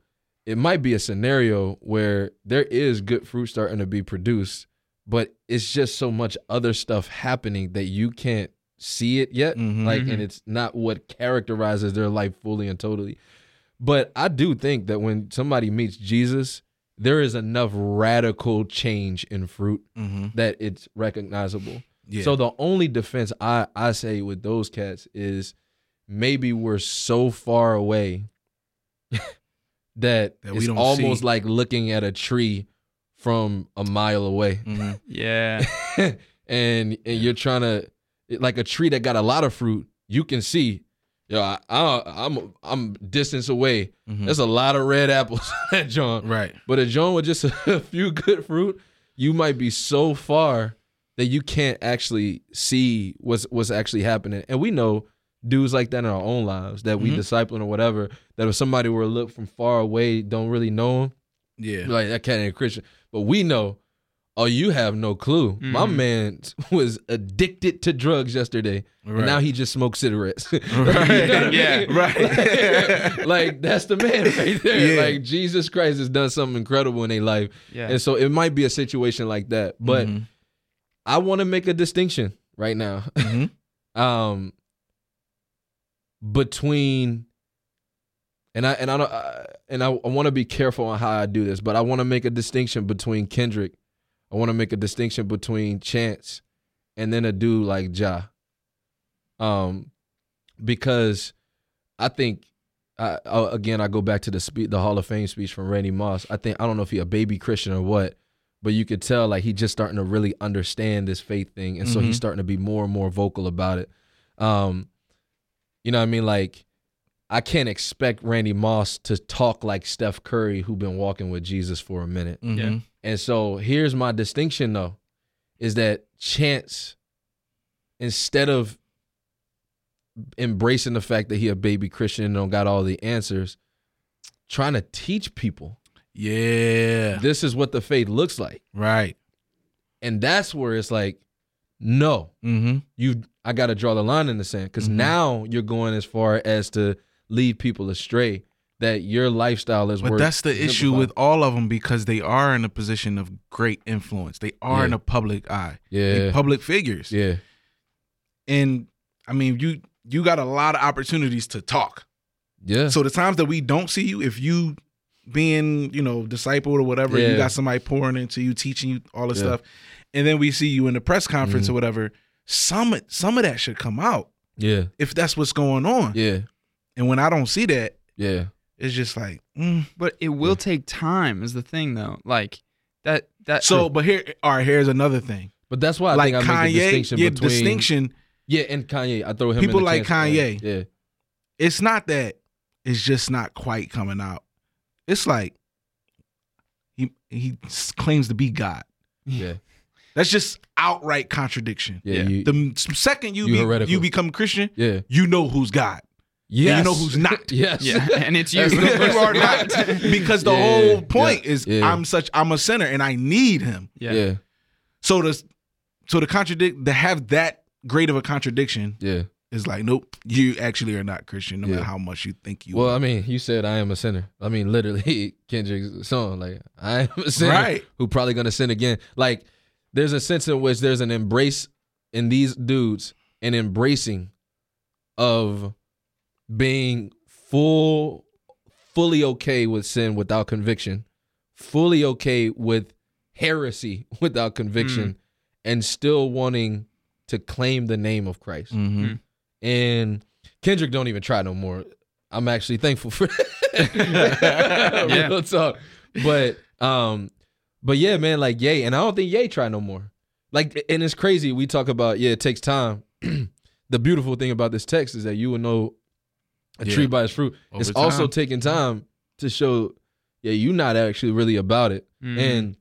[SPEAKER 2] it might be a scenario where there is good fruit starting to be produced, but it's just so much other stuff happening that you can't see it yet
[SPEAKER 1] Mhm.
[SPEAKER 2] like
[SPEAKER 3] Mhm.
[SPEAKER 2] and it's not what characterizes their life fully and totally but i do think that when somebody meets jesus there is enough radical change in fruit
[SPEAKER 1] Mhm.
[SPEAKER 2] that it's recognizable
[SPEAKER 1] Yeah.
[SPEAKER 2] so the only defense i i say with those cats is maybe we're so far away that,
[SPEAKER 1] That we
[SPEAKER 2] it's
[SPEAKER 1] don't
[SPEAKER 2] almost
[SPEAKER 1] see.
[SPEAKER 2] like looking at a tree from a mile away
[SPEAKER 1] Mhm.
[SPEAKER 3] Yeah.
[SPEAKER 2] and and you're trying to like a tree that got a lot of fruit, you can see, yo, I, I, I'm I'm distance away.
[SPEAKER 1] Mhm.
[SPEAKER 2] There's a lot of red apples on that joint.
[SPEAKER 1] right.
[SPEAKER 2] But a joint with just a few good fruit, you might be so far that you can't actually see what's what's actually happening. And we know dudes like that in our own lives that we
[SPEAKER 1] Mhm.
[SPEAKER 2] discipling or whatever. That if somebody were to look from far away, don't really know them,
[SPEAKER 1] Yeah.
[SPEAKER 2] like that cat ain't a Christian. But we know, oh, you have no clue. My
[SPEAKER 3] Mhm.
[SPEAKER 2] man was addicted to drugs yesterday,
[SPEAKER 1] Right.
[SPEAKER 2] and now he just smokes cigarettes. right.
[SPEAKER 3] Yeah.
[SPEAKER 1] Right.
[SPEAKER 2] Like, that's the man right there.
[SPEAKER 1] Yeah.
[SPEAKER 2] Like Jesus Christ has done something incredible in their life,
[SPEAKER 3] Yeah.
[SPEAKER 2] and so it might be a situation like that. But
[SPEAKER 1] Mhm.
[SPEAKER 2] I want to make a distinction right now
[SPEAKER 1] Mhm.
[SPEAKER 2] um between and I and I don't I, and I, I want to be careful on how I do this, but I want to make a distinction between Kendrick. I want to make a distinction between Chance and then a dude like Ja. Um because I think I, I again I go back to the spe- the Hall of Fame speech from Randy Moss. I think I don't know if he a baby Christian or what, but you could tell like he just starting to really understand this faith thing, and so
[SPEAKER 1] Mhm.
[SPEAKER 2] he's starting to be more and more vocal about it. Um, you know what I mean? Like I can't expect Randy Moss to talk like Steph Curry, who been walking with Jesus for a minute.
[SPEAKER 1] Mhm.
[SPEAKER 2] And so here's my distinction though, is that Chance, instead of embracing the fact that he a baby Christian and don't got all the answers, trying to teach people
[SPEAKER 1] Yeah.
[SPEAKER 2] this is what the faith looks like.
[SPEAKER 1] Right.
[SPEAKER 2] And that's where it's like, no,
[SPEAKER 1] Mm-hmm.
[SPEAKER 2] you I gotta draw the line in the sand. because
[SPEAKER 1] Mhm.
[SPEAKER 2] now you're going as far as to lead people astray that your lifestyle is
[SPEAKER 1] But
[SPEAKER 2] worth
[SPEAKER 1] that's the issue
[SPEAKER 2] exemplifying.
[SPEAKER 1] with all of them because they are in a position of great influence. They are in
[SPEAKER 2] Yeah.
[SPEAKER 1] a public eye. They
[SPEAKER 2] Yeah.
[SPEAKER 1] public figures.
[SPEAKER 2] Yeah.
[SPEAKER 1] And I mean, you you got a lot of opportunities to talk.
[SPEAKER 2] Yeah.
[SPEAKER 1] So the times that we don't see you, if you being, you know, discipled or whatever, you
[SPEAKER 2] Yeah.
[SPEAKER 1] got somebody pouring into you, teaching you all this
[SPEAKER 2] Yeah. Mm-hmm.
[SPEAKER 1] stuff, and then we see you in the press conference or whatever, some some of that should come out
[SPEAKER 2] yeah.
[SPEAKER 1] if that's what's going on.
[SPEAKER 2] Yeah.
[SPEAKER 1] And when I don't see that,
[SPEAKER 2] Yeah.
[SPEAKER 1] it's just like, mm.
[SPEAKER 3] But it will take time is the thing though. Like that that
[SPEAKER 1] so. But here, all right, here's another thing.
[SPEAKER 2] But that's why Uh, I
[SPEAKER 1] like
[SPEAKER 2] think I make a
[SPEAKER 1] Kanye,
[SPEAKER 2] distinction
[SPEAKER 1] your
[SPEAKER 2] between
[SPEAKER 1] distinction,
[SPEAKER 2] Yeah, and Kanye. I throw him.
[SPEAKER 1] People
[SPEAKER 2] in the
[SPEAKER 1] like
[SPEAKER 2] chance-
[SPEAKER 1] Kanye.
[SPEAKER 2] Yeah,
[SPEAKER 1] it's not that it's just not quite coming out. It's like he he s- claims to be God.
[SPEAKER 2] yeah,
[SPEAKER 1] That's just outright contradiction.
[SPEAKER 2] yeah.
[SPEAKER 3] Yeah.
[SPEAKER 2] You,
[SPEAKER 1] The m- second you
[SPEAKER 2] You
[SPEAKER 1] be-
[SPEAKER 2] heretical.
[SPEAKER 1] you become Christian,
[SPEAKER 2] yeah.
[SPEAKER 1] you know who's God.
[SPEAKER 2] Yes.
[SPEAKER 1] And you know who's not.
[SPEAKER 2] yes.
[SPEAKER 3] yeah, and it's you.
[SPEAKER 2] That's
[SPEAKER 1] you
[SPEAKER 2] the-
[SPEAKER 1] are not because the
[SPEAKER 2] Yeah,
[SPEAKER 1] whole point
[SPEAKER 2] yeah,
[SPEAKER 1] is
[SPEAKER 2] yeah.
[SPEAKER 1] I'm such I'm a sinner and I need him.
[SPEAKER 2] yeah.
[SPEAKER 3] yeah.
[SPEAKER 2] Yeah.
[SPEAKER 1] So to so to contradict to have that great of a contradiction
[SPEAKER 2] Yeah.
[SPEAKER 1] is like nope, you actually are not Christian no
[SPEAKER 2] Yeah.
[SPEAKER 1] matter how much you think you
[SPEAKER 2] Well,
[SPEAKER 1] are.
[SPEAKER 2] I mean, you said I am a sinner. I mean, literally Kendrick's song, like I am a sinner
[SPEAKER 1] Right.
[SPEAKER 2] who probably gonna sin again. Like, there's a sense in which there's an embrace in these dudes, an embracing of being full, fully okay with sin without conviction, fully okay with heresy without
[SPEAKER 1] Mm.
[SPEAKER 2] conviction, and still wanting to claim the name of Christ
[SPEAKER 1] Mhm.
[SPEAKER 2] and Kendrick don't even try no more. I'm actually thankful for that.
[SPEAKER 3] Yeah.
[SPEAKER 2] Real talk. But um, but yeah, man, like Ye, and I don't think Ye try no more. Like, and it's crazy. We talk about yeah, it takes time. the beautiful thing about this text is that you will know a
[SPEAKER 1] Yeah.
[SPEAKER 2] tree by its fruit. it's
[SPEAKER 1] Over
[SPEAKER 2] also
[SPEAKER 1] time.
[SPEAKER 2] taking time to show, yeah, you're not actually really about it
[SPEAKER 3] Mm.
[SPEAKER 2] and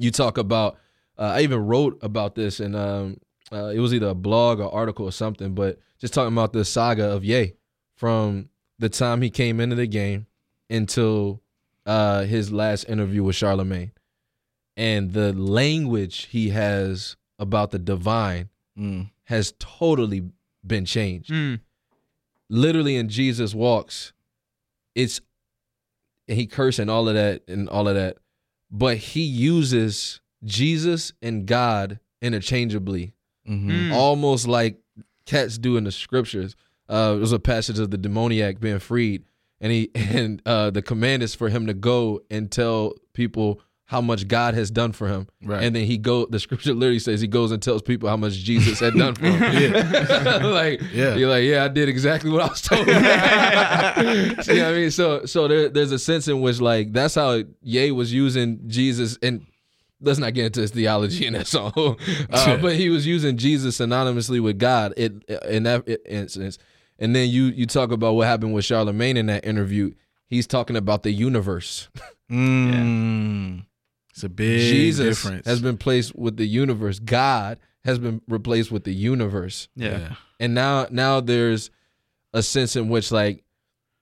[SPEAKER 2] you talk about uh, i even wrote about this and um, uh, it was either a blog or article or something but just talking about the saga of ye from the time he came into the game until uh, his last interview with charlemagne and the language he has about the divine
[SPEAKER 1] Mm.
[SPEAKER 2] has totally been changed
[SPEAKER 3] Mm.
[SPEAKER 2] literally in Jesus walks, it's and he cursed and all of that and all of that, but he uses Jesus and God interchangeably, Mm-hmm.
[SPEAKER 1] Mhm.
[SPEAKER 3] Mm.
[SPEAKER 2] almost like cats do in the scriptures. Uh, it was a passage of the demoniac being freed, and he and uh, the command is for him to go and tell people how much God has done for him.
[SPEAKER 1] Right.
[SPEAKER 2] And then he go. The scripture literally says he goes and tells people how much Jesus had done for him. like
[SPEAKER 1] Yeah.
[SPEAKER 2] you're like yeah, I did exactly what I was told. you know what I mean? So so there, there's a sense in which like that's how Ye was using Jesus and. Let's not get into his theology in that song, Uh,
[SPEAKER 1] Yeah.
[SPEAKER 2] but he was using Jesus synonymously with God it, in that instance. And then you you talk about what happened with Charlemagne in that interview. He's talking about the universe.
[SPEAKER 1] Mm. It's a big
[SPEAKER 2] Jesus
[SPEAKER 1] difference.
[SPEAKER 2] has been placed with the universe. God has been replaced with the universe.
[SPEAKER 3] yeah.
[SPEAKER 2] And now now there's a sense in which like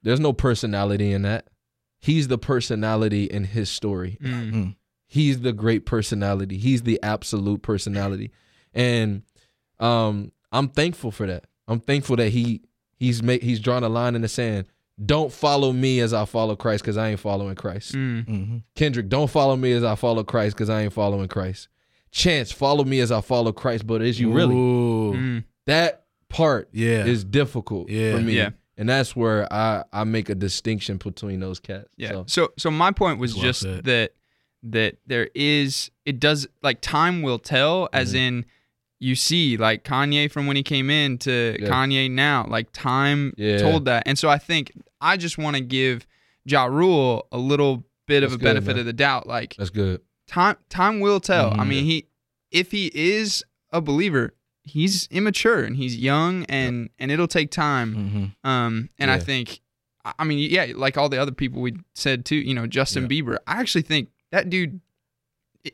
[SPEAKER 2] there's no personality in that. He's the personality in his story.
[SPEAKER 3] Mm.
[SPEAKER 2] He's the great personality. He's the absolute personality. And um I'm thankful for that. I'm thankful that he he's made he's drawn a line in the sand. Don't follow me as I follow Christ because I ain't following Christ.
[SPEAKER 3] Mm.
[SPEAKER 2] Mm-hmm.
[SPEAKER 1] Mhm.
[SPEAKER 2] Kendrick, don't follow me as I follow Christ because I ain't following Christ. Chance, follow me as I follow Christ, but is you really?
[SPEAKER 1] Ooh.
[SPEAKER 3] Mm.
[SPEAKER 2] That part
[SPEAKER 1] Yeah.
[SPEAKER 2] is difficult
[SPEAKER 1] Yeah.
[SPEAKER 2] for me.
[SPEAKER 3] Yeah.
[SPEAKER 2] And that's where I, I make a distinction between those cats.
[SPEAKER 3] Yeah.
[SPEAKER 2] So,
[SPEAKER 3] So so, my point was
[SPEAKER 1] Well
[SPEAKER 3] just
[SPEAKER 1] said.
[SPEAKER 2] Mm-hmm.
[SPEAKER 3] that that there is it does like time will tell as in you see like Kanye from when he came in to
[SPEAKER 2] Yeah.
[SPEAKER 3] Kanye now, like time
[SPEAKER 2] Yeah.
[SPEAKER 3] told that. And so I think I just want to give Ja Rule a little bit
[SPEAKER 2] That's
[SPEAKER 3] of a
[SPEAKER 2] good,
[SPEAKER 3] benefit
[SPEAKER 2] man.
[SPEAKER 3] of the doubt. Like
[SPEAKER 2] That's good.
[SPEAKER 3] time time will tell. I
[SPEAKER 2] Mhm.
[SPEAKER 3] mean, he if he is a believer, he's immature and he's young and and it'll take time.
[SPEAKER 1] Mhm.
[SPEAKER 3] Um and I
[SPEAKER 2] Yeah.
[SPEAKER 3] think I I mean, yeah, like all the other people we said too, you know, Justin
[SPEAKER 2] Yeah.
[SPEAKER 3] Bieber. I actually think that dude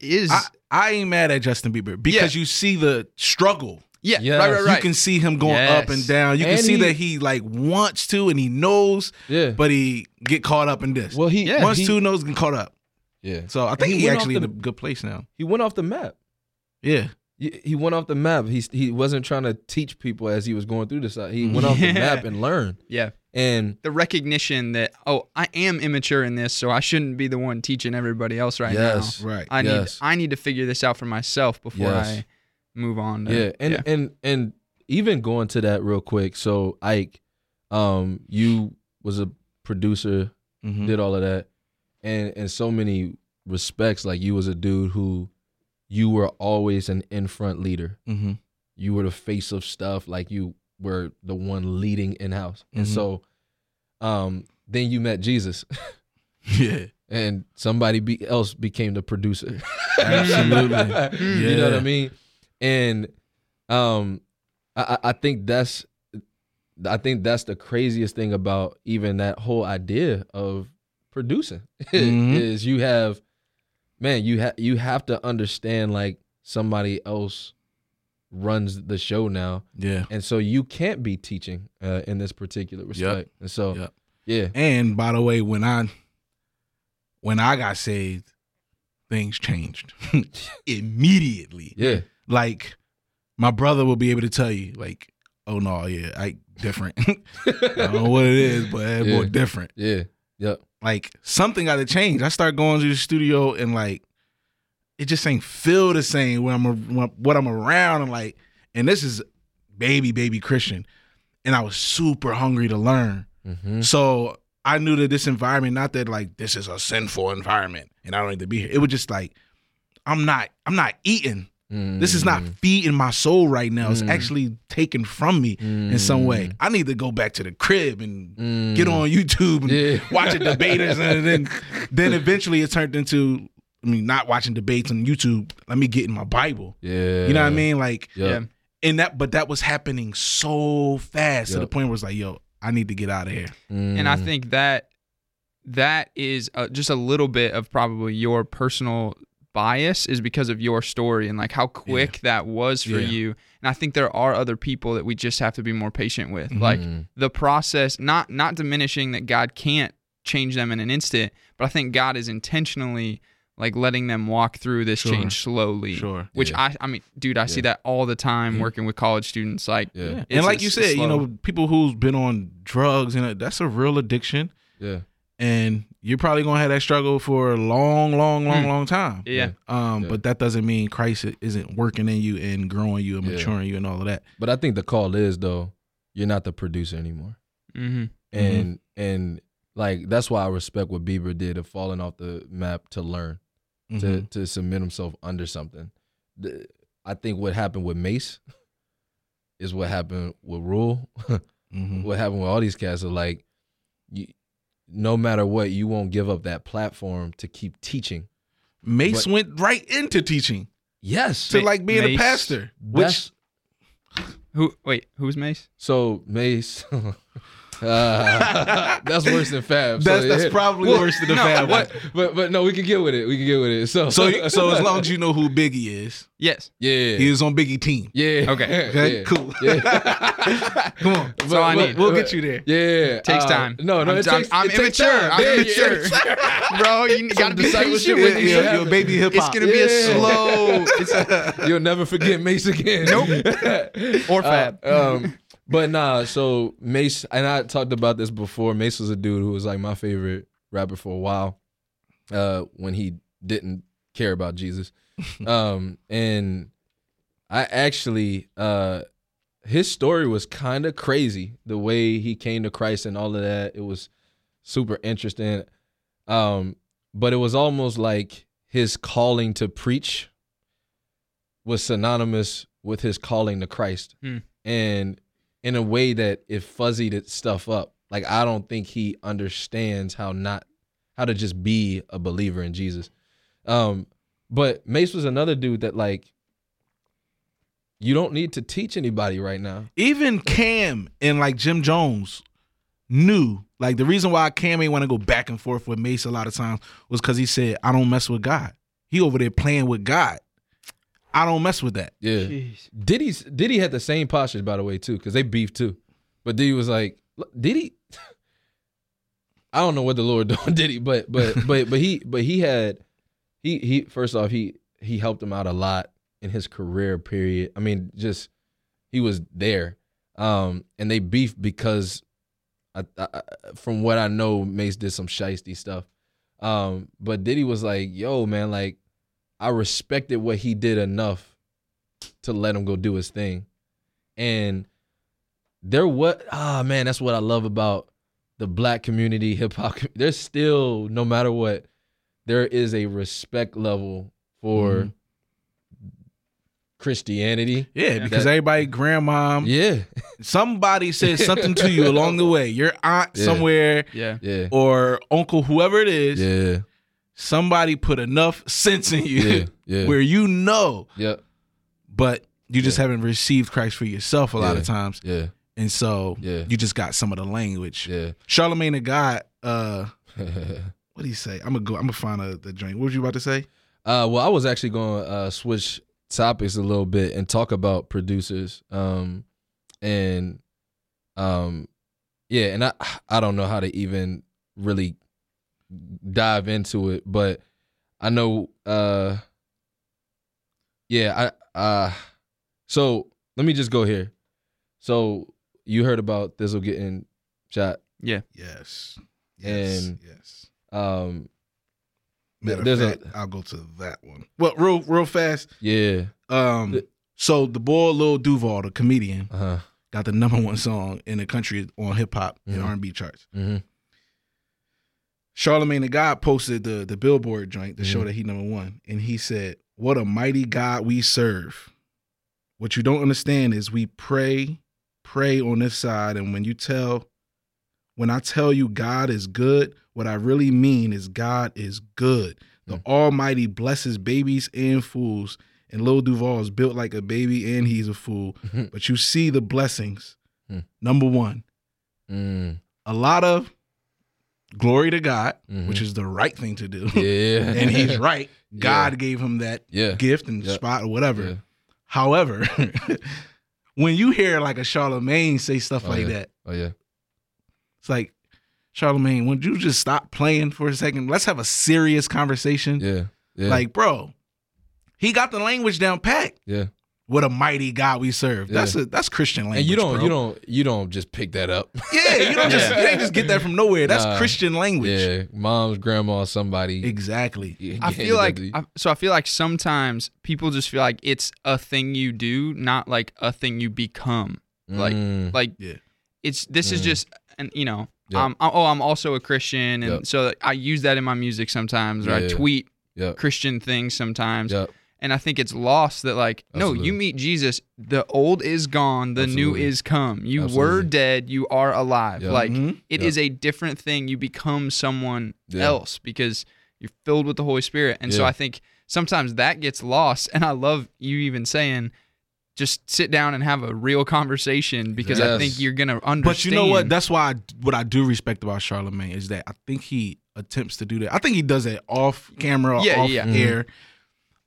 [SPEAKER 3] is
[SPEAKER 1] I, I ain't mad at Justin Bieber because you see the struggle.
[SPEAKER 3] yeah,
[SPEAKER 2] Yes.
[SPEAKER 3] right, right, right.
[SPEAKER 1] You can see him going up
[SPEAKER 3] Yes.
[SPEAKER 1] and down. You can
[SPEAKER 2] And
[SPEAKER 1] see
[SPEAKER 2] he-
[SPEAKER 1] that he like wants to and he knows,
[SPEAKER 2] Yeah.
[SPEAKER 1] but he get caught up in this.
[SPEAKER 2] well, he
[SPEAKER 3] Yeah,
[SPEAKER 1] Once
[SPEAKER 2] he,
[SPEAKER 1] two knows get caught up.
[SPEAKER 2] Yeah.
[SPEAKER 1] So I think
[SPEAKER 2] he
[SPEAKER 1] he,
[SPEAKER 2] went off
[SPEAKER 1] actually
[SPEAKER 2] the-
[SPEAKER 1] in a good place now.
[SPEAKER 2] He went off the map.
[SPEAKER 1] Yeah.
[SPEAKER 2] He he went off the map. He he wasn't trying to teach people as he was going through this. He went off
[SPEAKER 3] Yeah.
[SPEAKER 2] the map and learned.
[SPEAKER 3] yeah.
[SPEAKER 2] And
[SPEAKER 3] the recognition that oh I am immature in this, so I shouldn't be the one teaching everybody else right
[SPEAKER 2] yes,
[SPEAKER 1] Right.
[SPEAKER 3] now. I
[SPEAKER 2] yes.
[SPEAKER 3] need I need to figure this out for myself before
[SPEAKER 2] Yes.
[SPEAKER 3] I move on. To,
[SPEAKER 2] yeah and and and even going to that real quick so ike um you was a producer
[SPEAKER 1] Mhm.
[SPEAKER 3] Mm-hmm.
[SPEAKER 2] did all of that and in so many respects like you was a dude who you were always an in front leader
[SPEAKER 1] Mhm.
[SPEAKER 2] you were the face of stuff like you were the one leading in house and
[SPEAKER 1] Mhm.
[SPEAKER 2] so um then you met jesus
[SPEAKER 1] Yeah.
[SPEAKER 2] and somebody be, else became the producer Mm-hmm.
[SPEAKER 1] Absolutely.
[SPEAKER 2] Hmm. you know what
[SPEAKER 1] Yeah.
[SPEAKER 2] I mean? And um I, I I think that's I think that's the craziest thing about even that whole idea of producing
[SPEAKER 1] Mhm.
[SPEAKER 2] is you have man, you have you have to understand like somebody else runs the show now.
[SPEAKER 1] Yeah.
[SPEAKER 2] And so you can't be teaching uh, in this particular respect. And so
[SPEAKER 1] Yep.
[SPEAKER 2] yeah.
[SPEAKER 1] And by the way, when I when I got saved, things changed immediately.
[SPEAKER 2] Yeah.
[SPEAKER 1] Like my brother will be able to tell you, like, oh no, yeah, I different. I don't know what it is, but it's more
[SPEAKER 2] Yeah.
[SPEAKER 1] different.
[SPEAKER 2] yeah. Yep.
[SPEAKER 1] Like something got to change. I start going to the studio and like it just ain't feel the same when I'm a- what I'm around. I'm like, and this is baby baby Christian, and I was super hungry to learn.
[SPEAKER 2] Mm-hmm.
[SPEAKER 1] So I knew that this environment, not that like this is a sinful environment and I don't need to be here. It was just like I'm not I'm not eating.
[SPEAKER 2] Mm-hmm.
[SPEAKER 1] This is not feeding my soul right now. It's
[SPEAKER 2] Mm.
[SPEAKER 1] actually taken from me
[SPEAKER 2] Mm-hmm.
[SPEAKER 1] in some way. I need to go back to the crib and get on YouTube and
[SPEAKER 2] Mm. Yeah.
[SPEAKER 1] watch the debaters and then then eventually it turned into I mean not watching debates on YouTube. Let me get in my Bible.
[SPEAKER 2] Yeah.
[SPEAKER 1] You know what I mean? Like
[SPEAKER 2] Yeah.
[SPEAKER 3] Yeah.
[SPEAKER 1] and that but that was happening so fast to
[SPEAKER 2] Yeah.
[SPEAKER 1] the point where it's like, yo, I need to get out of here.
[SPEAKER 3] And
[SPEAKER 2] Mm.
[SPEAKER 3] I think that that is uh just a little bit of probably your personal bias is because of your story and like how quick that was for
[SPEAKER 1] Yeah.
[SPEAKER 3] you. And I think there are other people that we just have to be more patient with. Like
[SPEAKER 2] Mm.
[SPEAKER 3] the process not not diminishing that god can't change them in an instant but i think god is intentionally like letting them walk through this
[SPEAKER 1] Sure.
[SPEAKER 3] change slowly
[SPEAKER 1] Sure.
[SPEAKER 3] which
[SPEAKER 2] Yeah.
[SPEAKER 3] i i mean dude i see
[SPEAKER 2] Yeah.
[SPEAKER 3] that all the time
[SPEAKER 1] Yeah.
[SPEAKER 3] working with college students like
[SPEAKER 2] Yeah. Yeah.
[SPEAKER 1] And
[SPEAKER 3] It's-
[SPEAKER 1] like you
[SPEAKER 3] it's- it's
[SPEAKER 1] said, you
[SPEAKER 3] slow.
[SPEAKER 1] know, people who's been on drugs and that's a real addiction.
[SPEAKER 2] Yeah.
[SPEAKER 1] And you're probably gonna have that struggle for a long, long, long,
[SPEAKER 3] Mm.
[SPEAKER 1] long time.
[SPEAKER 3] yeah
[SPEAKER 1] Um,
[SPEAKER 2] Yeah.
[SPEAKER 1] but that doesn't mean Christ i- isn't working in you and growing you and
[SPEAKER 2] Yeah.
[SPEAKER 1] maturing you and all of that.
[SPEAKER 2] But I think the call is though, you're not the producer anymore.
[SPEAKER 3] hmm
[SPEAKER 2] And and like that's why I respect what Bieber did of falling off the map to learn, to
[SPEAKER 3] Mm-hmm.
[SPEAKER 1] Mhm.
[SPEAKER 2] to submit himself under something. The- I think what happened with Mace is what happened with Rule.
[SPEAKER 3] Mm-hmm.
[SPEAKER 1] Mhm.
[SPEAKER 2] what happened with all these cats are like you no matter what, you won't give up that platform to keep teaching.
[SPEAKER 1] Mace
[SPEAKER 2] But-
[SPEAKER 1] went right into teaching
[SPEAKER 2] Yes.
[SPEAKER 1] to
[SPEAKER 3] Ma-
[SPEAKER 1] like being
[SPEAKER 3] Mace-
[SPEAKER 1] a pastor.
[SPEAKER 2] That's-
[SPEAKER 1] Which
[SPEAKER 3] who wait who's mace
[SPEAKER 2] So Mace, uh, that's worse than Fab.
[SPEAKER 1] that's
[SPEAKER 2] so,
[SPEAKER 1] that's
[SPEAKER 2] yeah.
[SPEAKER 1] probably
[SPEAKER 2] Well,
[SPEAKER 1] worse than the
[SPEAKER 2] no,
[SPEAKER 1] bad one.
[SPEAKER 2] What? But but no, we can get with it. We can get with it. So
[SPEAKER 1] So you- so as long as you know who Biggie is,
[SPEAKER 3] yes
[SPEAKER 2] yeah
[SPEAKER 1] he was on Biggie team.
[SPEAKER 2] yeah
[SPEAKER 3] Okay.
[SPEAKER 1] Okay,
[SPEAKER 2] yeah.
[SPEAKER 1] cool.
[SPEAKER 2] Yeah.
[SPEAKER 1] Come on.
[SPEAKER 2] But-
[SPEAKER 3] So I
[SPEAKER 2] but-
[SPEAKER 3] need-
[SPEAKER 1] We'll
[SPEAKER 2] but-
[SPEAKER 1] get you there.
[SPEAKER 2] Yeah,
[SPEAKER 3] Takes
[SPEAKER 2] uh,
[SPEAKER 3] time.
[SPEAKER 2] No, no,
[SPEAKER 3] I'm-
[SPEAKER 2] it takes,
[SPEAKER 3] I'm- I'm
[SPEAKER 2] it takes
[SPEAKER 3] immature.
[SPEAKER 2] time.
[SPEAKER 3] I'm
[SPEAKER 2] Yeah, yeah.
[SPEAKER 3] immature. bro you gotta be
[SPEAKER 2] discipleship
[SPEAKER 3] patient
[SPEAKER 2] with
[SPEAKER 3] with
[SPEAKER 2] you.
[SPEAKER 3] me
[SPEAKER 1] Yeah,
[SPEAKER 2] Yeah.
[SPEAKER 1] your baby hip
[SPEAKER 3] it's
[SPEAKER 1] hop.
[SPEAKER 3] gonna be a
[SPEAKER 2] Yeah.
[SPEAKER 3] slow it's,
[SPEAKER 2] You'll never forget Mace again. Nope.
[SPEAKER 3] Or Fab.
[SPEAKER 2] um, but nah, so Mace, and I talked about this before. Mace was a dude who was like my favorite rapper for a while uh, when he didn't care about Jesus. Um, and I actually, uh, his story was kind of crazy the way he came to Christ and all of that. It was super interesting. Um, but it was almost like his calling to preach was synonymous with his calling to Christ,
[SPEAKER 3] Hmm.
[SPEAKER 2] and in a way that it fuzzied it stuff up. Like I don't think he understands how not how to just be a believer in Jesus. Um, but Mace was another dude that like you don't need to teach anybody right now.
[SPEAKER 1] Even Cam and like Jim Jones knew like the reason why Cam ain't want to go back and forth with Mace a lot of times was because he said, I don't mess with God. He over there playing with God. I don't mess with that.
[SPEAKER 2] Yeah. Diddy Diddy had the same postures by the way too, because they beefed too. But Diddy was like, "Look, Diddy, I don't know what the Lord doing Diddy, but but but but he but he had he he first off he he helped him out a lot in his career period. I mean, just he was there, um, and they beefed because I, I, I- from what I know, Mace did some shisty stuff. Um, but Diddy was like, "Yo, man, like I respected what he did enough." to let him go do his thing. And there what ah man, that's what I love about the black community, hip hop. com- There's still no matter what, there is a respect level for
[SPEAKER 1] Mhm.
[SPEAKER 2] Christianity.
[SPEAKER 1] Yeah,
[SPEAKER 3] Yeah.
[SPEAKER 1] because
[SPEAKER 2] That-
[SPEAKER 1] everybody, grandma,
[SPEAKER 2] Yeah,
[SPEAKER 1] somebody said something to you along the way. Your aunt
[SPEAKER 2] Yeah.
[SPEAKER 1] somewhere
[SPEAKER 3] Yeah.
[SPEAKER 2] yeah,
[SPEAKER 1] or uncle, whoever it is,
[SPEAKER 2] yeah,
[SPEAKER 1] somebody put enough sense in you
[SPEAKER 2] yeah, yeah.
[SPEAKER 1] where you know,
[SPEAKER 2] Yep,
[SPEAKER 1] but you just haven't received Christ for yourself a lot of
[SPEAKER 2] Yeah.
[SPEAKER 1] times.
[SPEAKER 2] yeah,
[SPEAKER 1] And so
[SPEAKER 2] Yeah.
[SPEAKER 1] you just got some of the language.
[SPEAKER 2] yeah.
[SPEAKER 1] Charlemagne the God, uh, what do you say? I'm gonna go. I'm gonna find a, the drink. What was you about to say?
[SPEAKER 2] Uh, well, I was actually going to uh, switch topics a little bit and talk about producers. Um, and um, yeah, and I I don't know how to even really dive into it, but I know. Uh, yeah, I uh, so let me just go here. So you heard about Thizzle getting shot.
[SPEAKER 1] Yes. Yes.
[SPEAKER 2] And-
[SPEAKER 1] yes.
[SPEAKER 2] Um,
[SPEAKER 1] Matter of
[SPEAKER 2] there's a-
[SPEAKER 1] fact, i I'll go to that one. Well, real real fast.
[SPEAKER 2] yeah.
[SPEAKER 1] Um,
[SPEAKER 2] The-
[SPEAKER 1] so the boy Lil Duval, the comedian,
[SPEAKER 2] Uh huh.
[SPEAKER 1] got the number one song in the country on hip hop and
[SPEAKER 2] Mhm.
[SPEAKER 1] R and B charts.
[SPEAKER 2] hmm
[SPEAKER 1] Charlemagne the God posted the the Billboard joint to show
[SPEAKER 2] Mhm.
[SPEAKER 1] that he number one, and he said, "What a mighty God we serve." What you don't understand is we pray, pray on this side, and when you tell, when I tell you God is good, what I really mean is God is good. The
[SPEAKER 2] Mhm.
[SPEAKER 1] Almighty blesses babies and fools, and Lil Duval is built like a baby and he's a fool.
[SPEAKER 2] Mhm.
[SPEAKER 1] But you see the blessings.
[SPEAKER 2] Mhm.
[SPEAKER 1] Number one,
[SPEAKER 2] Mm,
[SPEAKER 1] a lot of glory to God
[SPEAKER 2] mhm.
[SPEAKER 1] which is the right thing to do.
[SPEAKER 2] yeah,
[SPEAKER 1] and he's right.
[SPEAKER 2] Yeah.
[SPEAKER 1] God gave him that
[SPEAKER 2] yeah.
[SPEAKER 1] gift and
[SPEAKER 2] Yeah.
[SPEAKER 1] spot or whatever.
[SPEAKER 2] Yeah.
[SPEAKER 1] However, when you hear like a Charlemagne say stuff
[SPEAKER 2] Oh,
[SPEAKER 1] like
[SPEAKER 2] yeah.
[SPEAKER 1] that,
[SPEAKER 2] Oh yeah.
[SPEAKER 1] it's like, Charlemagne, would you just stop playing for a second? Let's have a serious conversation.
[SPEAKER 2] Yeah. Yeah.
[SPEAKER 1] Like, bro, he got the language down pat.
[SPEAKER 2] Yeah.
[SPEAKER 1] What a mighty God we serve. That's a that's Christian language.
[SPEAKER 2] and you don't
[SPEAKER 1] bro.
[SPEAKER 2] you don't you don't just pick that up.
[SPEAKER 1] Yeah, you don't just
[SPEAKER 3] Yeah.
[SPEAKER 1] you didn't just get that from nowhere. That's
[SPEAKER 2] Nah.
[SPEAKER 1] Christian language.
[SPEAKER 2] yeah, mom's grandma somebody.
[SPEAKER 1] Exactly.
[SPEAKER 3] I feel like I, so. I feel like sometimes people just feel like it's a thing you do, not like a thing you become. like-
[SPEAKER 2] Mm,
[SPEAKER 3] Like
[SPEAKER 1] Yeah.
[SPEAKER 3] it's this is
[SPEAKER 2] Mhm.
[SPEAKER 3] just and you know
[SPEAKER 2] Yep.
[SPEAKER 3] I'm oh I'm also a Christian and
[SPEAKER 2] Yep.
[SPEAKER 3] so I use that in my music sometimes or I
[SPEAKER 2] Yeah.
[SPEAKER 3] tweet
[SPEAKER 2] Yep.
[SPEAKER 3] Christian things sometimes
[SPEAKER 2] yep,
[SPEAKER 3] and I think it's lost that like no
[SPEAKER 2] Absolutely.
[SPEAKER 3] you meet Jesus the old is gone the new
[SPEAKER 2] Absolutely.
[SPEAKER 3] is come you were
[SPEAKER 2] Absolutely.
[SPEAKER 3] dead you are alive
[SPEAKER 2] Yep.
[SPEAKER 3] like
[SPEAKER 1] Mhm.
[SPEAKER 3] It
[SPEAKER 2] Yeah.
[SPEAKER 3] is a different thing you become someone
[SPEAKER 2] Yeah.
[SPEAKER 3] else because you're filled with the holy spirit and so
[SPEAKER 2] Yeah.
[SPEAKER 3] i think sometimes that gets lost and i love you even saying just sit down and have a real conversation because i
[SPEAKER 2] Yes.
[SPEAKER 3] think you're gonna understand
[SPEAKER 1] But you know what? That's why I, what I do respect about Charlemagne is that I think he attempts to do that. I think he does it off camera,
[SPEAKER 3] Yeah,
[SPEAKER 1] off
[SPEAKER 3] yeah. Mm-hmm.
[SPEAKER 2] Mhm.
[SPEAKER 1] air.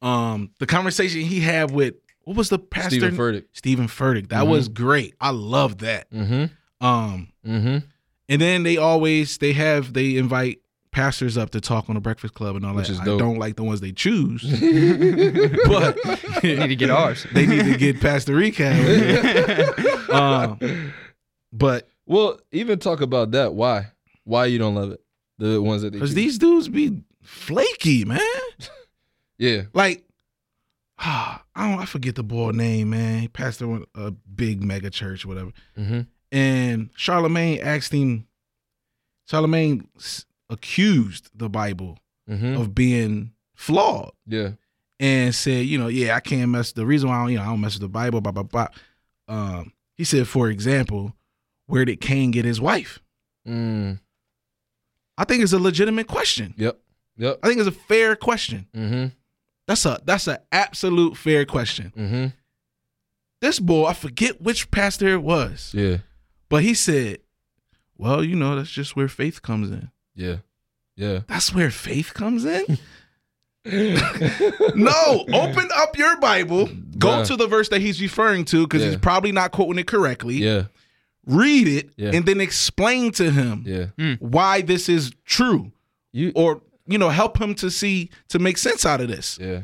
[SPEAKER 1] Um, the conversation he had with what was the pastor?
[SPEAKER 2] Stephen Furtick.
[SPEAKER 1] Stephen Furtick. That
[SPEAKER 2] Mhm.
[SPEAKER 3] Mm-hmm.
[SPEAKER 1] was great. I love that.
[SPEAKER 2] Mm-hmm.
[SPEAKER 1] Um,
[SPEAKER 2] Mm-hmm.
[SPEAKER 1] and then they always they have they invite pastors up to talk on the Breakfast Club and all
[SPEAKER 2] Which
[SPEAKER 1] that.
[SPEAKER 2] is
[SPEAKER 1] I
[SPEAKER 2] dope.
[SPEAKER 1] don't like the ones they choose,
[SPEAKER 2] but
[SPEAKER 1] but
[SPEAKER 3] you need to get ours
[SPEAKER 1] they need to get Pastor Recap. um, but
[SPEAKER 2] well, even talk about that. Why? Why you don't love it? The ones that they
[SPEAKER 1] because
[SPEAKER 2] choose.
[SPEAKER 1] these dudes be flaky, man.
[SPEAKER 2] Yeah.
[SPEAKER 1] like ah, I don't I forget the boy name, man. He passed through a big mega church, whatever.
[SPEAKER 2] Mm-hmm.
[SPEAKER 1] And Charlemagne asked him. Charlemagne s- accused the Bible
[SPEAKER 2] Mm-hmm.
[SPEAKER 1] Oh. of being flawed,
[SPEAKER 2] Yeah.
[SPEAKER 1] and said, you know, yeah, I can't mess. The reason why I don't, you know I don't mess with the Bible, blah blah blah. Um, he said, for example, where did Cain get his wife?
[SPEAKER 2] Mm.
[SPEAKER 1] I think it's a legitimate question.
[SPEAKER 2] Yep. Yep.
[SPEAKER 1] I think it's a fair question.
[SPEAKER 2] Mm-hmm.
[SPEAKER 1] That's a that's an absolute fair question.
[SPEAKER 2] Mm-hmm.
[SPEAKER 1] This boy, I forget which pastor it was,
[SPEAKER 2] Yeah.
[SPEAKER 1] but he said, "Well, you know, that's just where faith comes in."
[SPEAKER 2] Yeah. Yeah.
[SPEAKER 1] That's where faith comes in.
[SPEAKER 2] no.
[SPEAKER 1] No, open up your Bible. Go
[SPEAKER 2] Yeah.
[SPEAKER 1] to the verse that he's referring to because he's
[SPEAKER 2] Yeah.
[SPEAKER 1] probably not quoting it correctly.
[SPEAKER 2] Yeah.
[SPEAKER 1] Read it
[SPEAKER 2] Yeah.
[SPEAKER 1] and then explain to him
[SPEAKER 2] Yeah.
[SPEAKER 1] why this is true,
[SPEAKER 2] You.
[SPEAKER 1] or you know, help him to see to make sense out of this.
[SPEAKER 2] Yeah.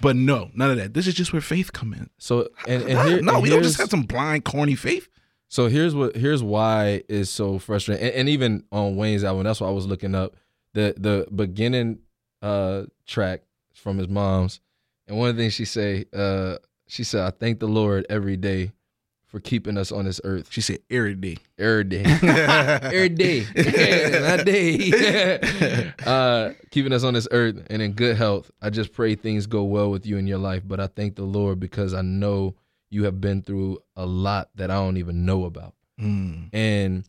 [SPEAKER 1] But no, none of that. This is just where faith come in.
[SPEAKER 2] So and, and
[SPEAKER 1] Nah,
[SPEAKER 2] here,
[SPEAKER 1] no,
[SPEAKER 2] and
[SPEAKER 1] we don't just
[SPEAKER 2] here's-
[SPEAKER 1] have some blind, corny faith.
[SPEAKER 2] So here's what here's why it's so frustrating, and, and even on Wayne's album, that's why I was looking up the the beginning uh track from his mom's, and one of the things she say, uh, she said, "I thank the Lord every day for keeping us on this earth
[SPEAKER 1] She said, "Every day,
[SPEAKER 2] every day." Every day, not day, uh, keeping us on this earth and in good health. I just pray things go well with you in your life, but I thank the Lord because I know you have been through a lot that I don't even know about
[SPEAKER 1] Mm.
[SPEAKER 2] and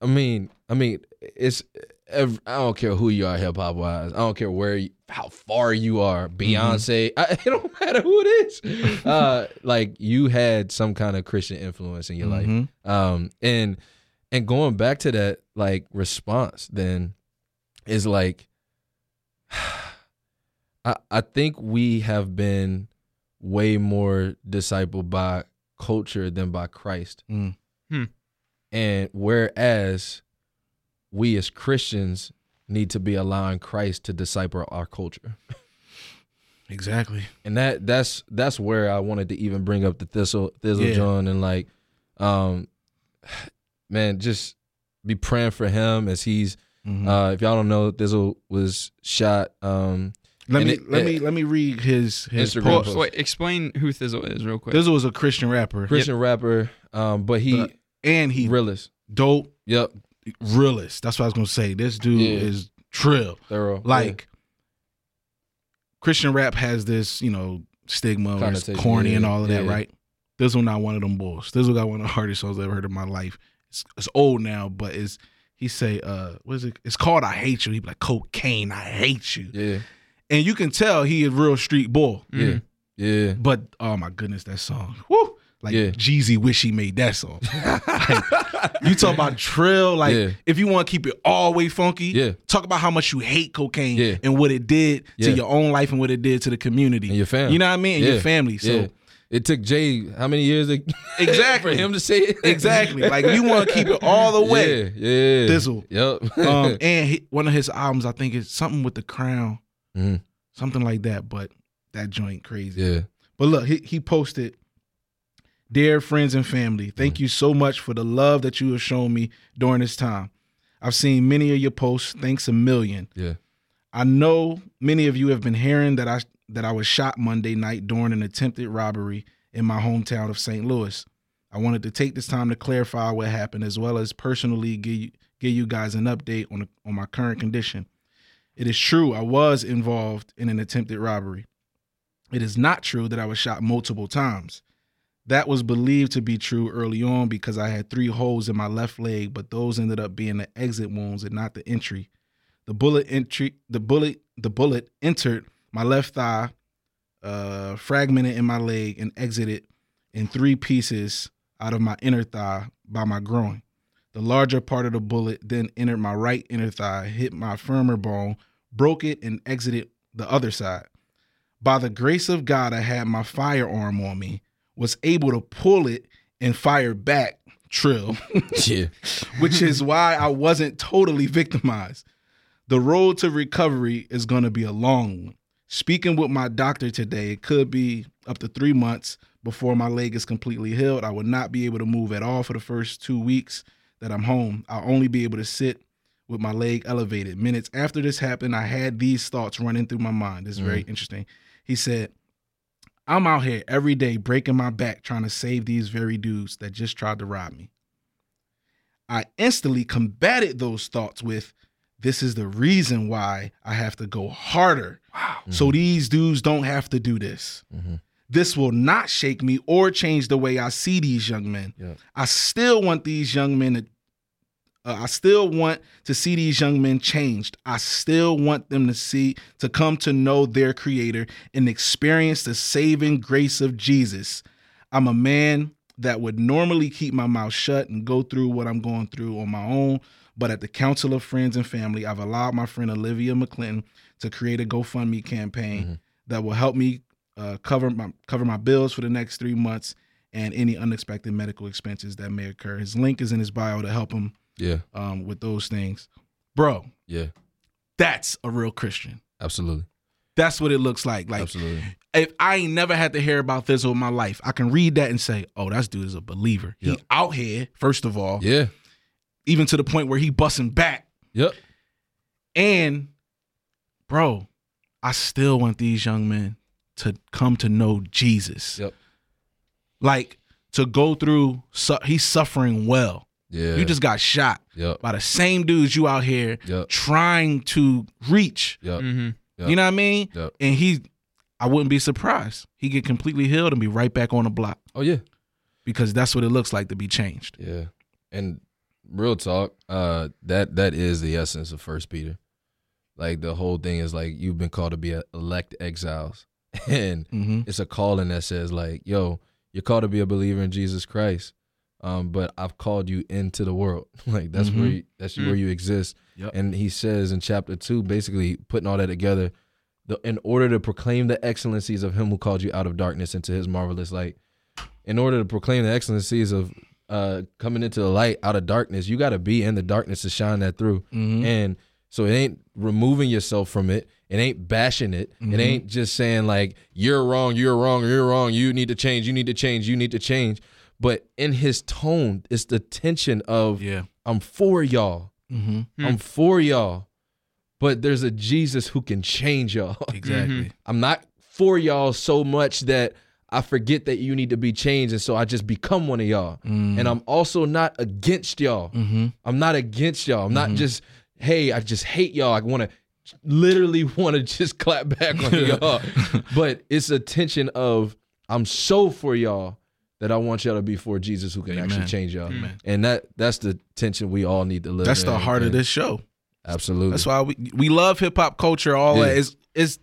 [SPEAKER 2] I mean, I mean, it's ev I don't care who you are, hip hop wise. I don't care where, you, how far you are, Beyonce. I, it don't matter who it is. uh, like you had some kind of Christian influence in your life
[SPEAKER 1] Mhm.
[SPEAKER 2] um and and going back to that like response then is like i i think we have been way more discipled by culture than by christ
[SPEAKER 1] Mm.
[SPEAKER 3] Hmm.
[SPEAKER 2] and whereas we as christians need to be allowing christ to disciple our culture
[SPEAKER 1] exactly.
[SPEAKER 2] and that that's that's where I wanted to even bring up the thistle thistle
[SPEAKER 1] Yeah.
[SPEAKER 2] John and like, um, man, just be praying for him as he's.
[SPEAKER 1] Mhm.
[SPEAKER 2] Uh, if y'all don't know, Thistle was shot. Um,
[SPEAKER 1] let
[SPEAKER 2] and
[SPEAKER 1] me
[SPEAKER 2] it-
[SPEAKER 1] let
[SPEAKER 2] it-
[SPEAKER 1] me let me read his his
[SPEAKER 2] Instagram
[SPEAKER 1] post.
[SPEAKER 3] Well, wait, explain who Thizzle is real quick.
[SPEAKER 1] This was a Christian rapper,
[SPEAKER 2] Christian rapper, um, but he
[SPEAKER 1] But and he
[SPEAKER 2] realist.
[SPEAKER 1] dope
[SPEAKER 2] Yep,
[SPEAKER 1] realist. That's what I was gonna say. This dude
[SPEAKER 2] Yeah.
[SPEAKER 1] is trill.
[SPEAKER 2] thorough.
[SPEAKER 1] Like Christian rap has this, you know, stigma, where it's
[SPEAKER 2] Connotation,
[SPEAKER 1] corny
[SPEAKER 2] yeah,
[SPEAKER 1] and all of that,
[SPEAKER 2] yeah.
[SPEAKER 1] right? This one not one of them bulls. This one got one of the hardest songs I've ever heard in my life. It's, it's old now, but it's he say, uh, what is it? It's called I Hate You. He be like, Cocaine, I hate you.
[SPEAKER 2] yeah, yeah,
[SPEAKER 1] And you can tell he a real street bull.
[SPEAKER 3] Mhm.
[SPEAKER 2] yeah,
[SPEAKER 1] But oh my goodness, that song. Woo! Like
[SPEAKER 2] Yeah.
[SPEAKER 1] Jeezy wish he made that song. you talk about trill, like
[SPEAKER 2] Yeah.
[SPEAKER 1] if you want to keep it all way funky,
[SPEAKER 2] Yeah.
[SPEAKER 1] talk about how much you hate cocaine
[SPEAKER 2] Yeah.
[SPEAKER 1] and what it did to
[SPEAKER 2] Yeah.
[SPEAKER 1] your own life and what it did to the community.
[SPEAKER 2] and your family.
[SPEAKER 1] You know what I mean? And
[SPEAKER 2] Yeah.
[SPEAKER 1] your family. So
[SPEAKER 2] yeah. It took Jay how many years to,
[SPEAKER 1] Exactly.
[SPEAKER 2] for him to say it?
[SPEAKER 1] exactly. Like you want to keep it all the way.
[SPEAKER 2] Yeah, yeah.
[SPEAKER 1] Thistle.
[SPEAKER 2] Yep.
[SPEAKER 1] Um, and he, one of his albums, I think, is something with the crown,
[SPEAKER 2] Mhm.
[SPEAKER 1] something like that. But that joint crazy.
[SPEAKER 2] yeah.
[SPEAKER 1] But look, he, he posted, Dear friends and family, thank you so much for the love that you have shown me during this time. I've seen many of your posts. Thanks a million.
[SPEAKER 2] Yeah.
[SPEAKER 1] I know many of you have been hearing that I that I was shot Monday night during an attempted robbery in my hometown of St. Louis. I wanted to take this time to clarify what happened as well as personally give you, give you guys an update on on my current condition. It is true I was involved in an attempted robbery. It is not true that I was shot multiple times. That was believed to be true early on because I had three holes in my left leg, but those ended up being the exit wounds and not the entry. The bullet entry, the bullet, the bullet entered my left thigh, uh, fragmented in my leg, and exited in three pieces out of my inner thigh by my groin. The larger part of the bullet then entered my right inner thigh, hit my femur bone, broke it, and exited the other side. By the grace of God, I had my firearm on me, was able to pull it and fire back, trill
[SPEAKER 2] Yeah.
[SPEAKER 1] which is why I wasn't totally victimized. The road to recovery is going to be a long one. Speaking with my doctor today, it could be up to three months before my leg is completely healed. I will not be able to move at all for the first two weeks that I'm home. I'll only be able to sit with my leg elevated. Minutes after this happened, I had these thoughts running through my mind. It's very interesting. He said, I'm out here every day breaking my back trying to save these very dudes that just tried to rob me. I instantly combated those thoughts with, this is the reason why I have to go harder. Wow. So these dudes don't have to do this.
[SPEAKER 2] Mhm.
[SPEAKER 1] This will not shake me or change the way I see these young men.
[SPEAKER 2] Yeah.
[SPEAKER 1] I still want these young men to uh, I still want to see these young men changed. I still want them to see to come to know their creator and experience the saving grace of Jesus. I'm a man that would normally keep my mouth shut and go through what I'm going through on my own, but at the council of friends and family, I've allowed my friend Olivia McClinton to create a GoFundMe campaign that will help me uh, cover my cover my bills for the next 3 months and any unexpected medical expenses that may occur. His link is in his bio to help him
[SPEAKER 2] Yeah.
[SPEAKER 1] um, with those things. Bro,
[SPEAKER 2] Yeah.
[SPEAKER 1] that's a real Christian.
[SPEAKER 2] Absolutely.
[SPEAKER 1] That's what it looks like. Like
[SPEAKER 2] Absolutely.
[SPEAKER 1] if I ain't never had to hear about this all my life, I can read that and say, "Oh, that dude is a believer.
[SPEAKER 2] Yeah.
[SPEAKER 1] He out here, first of all,
[SPEAKER 2] Yeah.
[SPEAKER 1] even to the point where he busting back."
[SPEAKER 2] Yep.
[SPEAKER 1] And bro, I still want these young men to come to know Jesus.
[SPEAKER 2] Yep.
[SPEAKER 1] Like to go through. Su- he's suffering well.
[SPEAKER 2] Yeah.
[SPEAKER 1] You just got shot
[SPEAKER 2] Yep.
[SPEAKER 1] by the same dudes you out here
[SPEAKER 2] Yep.
[SPEAKER 1] trying to reach.
[SPEAKER 2] Yep.
[SPEAKER 3] Mm-hmm.
[SPEAKER 2] Yep.
[SPEAKER 1] You know what I mean?
[SPEAKER 2] Yep.
[SPEAKER 1] And he, I wouldn't be surprised. He get completely healed and be right back on the block
[SPEAKER 2] Oh yeah.
[SPEAKER 1] because that's what it looks like to be changed.
[SPEAKER 2] Yeah. And real talk, uh, that that is the essence of First Peter. Like the whole thing is like you've been called to be a- elect exiles, and
[SPEAKER 1] Mm-hmm.
[SPEAKER 2] it's a calling that says like, yo, you're called to be a believer in Jesus Christ, um, but I've called you into the world. like that's where
[SPEAKER 1] Mhm.
[SPEAKER 2] you, that's where you exist.
[SPEAKER 1] Yep.
[SPEAKER 2] And he says in chapter two, basically putting all that together, the, in order to proclaim the excellencies of Him who called you out of darkness into His marvelous light, in order to proclaim the excellencies of uh, coming into the light out of darkness, you got to be in the darkness to shine that through.
[SPEAKER 1] Mm-hmm.
[SPEAKER 2] And so it ain't removing yourself from it. It ain't bashing it.
[SPEAKER 1] Mhm.
[SPEAKER 2] It ain't just saying like you're wrong, you're wrong, you're wrong. You need to change. You need to change. You need to change. But in his tone, it's the tension of
[SPEAKER 1] yeah.
[SPEAKER 2] I'm for y'all.
[SPEAKER 1] Mm-hmm.
[SPEAKER 2] I'm for y'all. But there's a Jesus who can change y'all.
[SPEAKER 1] Exactly.
[SPEAKER 2] I'm not for y'all so much that I forget that you need to be changed, and so I just become one of y'all.
[SPEAKER 1] Mm-hmm.
[SPEAKER 2] And I'm also not against y'all. I'm not against y'all. I'm
[SPEAKER 1] Mm-hmm.
[SPEAKER 2] not just, hey, I just hate y'all. I want to literally want to just clap back on y'all. But it's a tension of I'm so for y'all that I want y'all to be for Jesus who can actually
[SPEAKER 1] Amen.
[SPEAKER 2] change y'all.
[SPEAKER 1] Amen.
[SPEAKER 2] And that that's the tension we all need to live
[SPEAKER 1] That's
[SPEAKER 2] in.
[SPEAKER 1] the heart of
[SPEAKER 2] And
[SPEAKER 1] this show.
[SPEAKER 2] Absolutely.
[SPEAKER 1] That's why we we love hip hop culture. All
[SPEAKER 2] Yeah.
[SPEAKER 1] that is is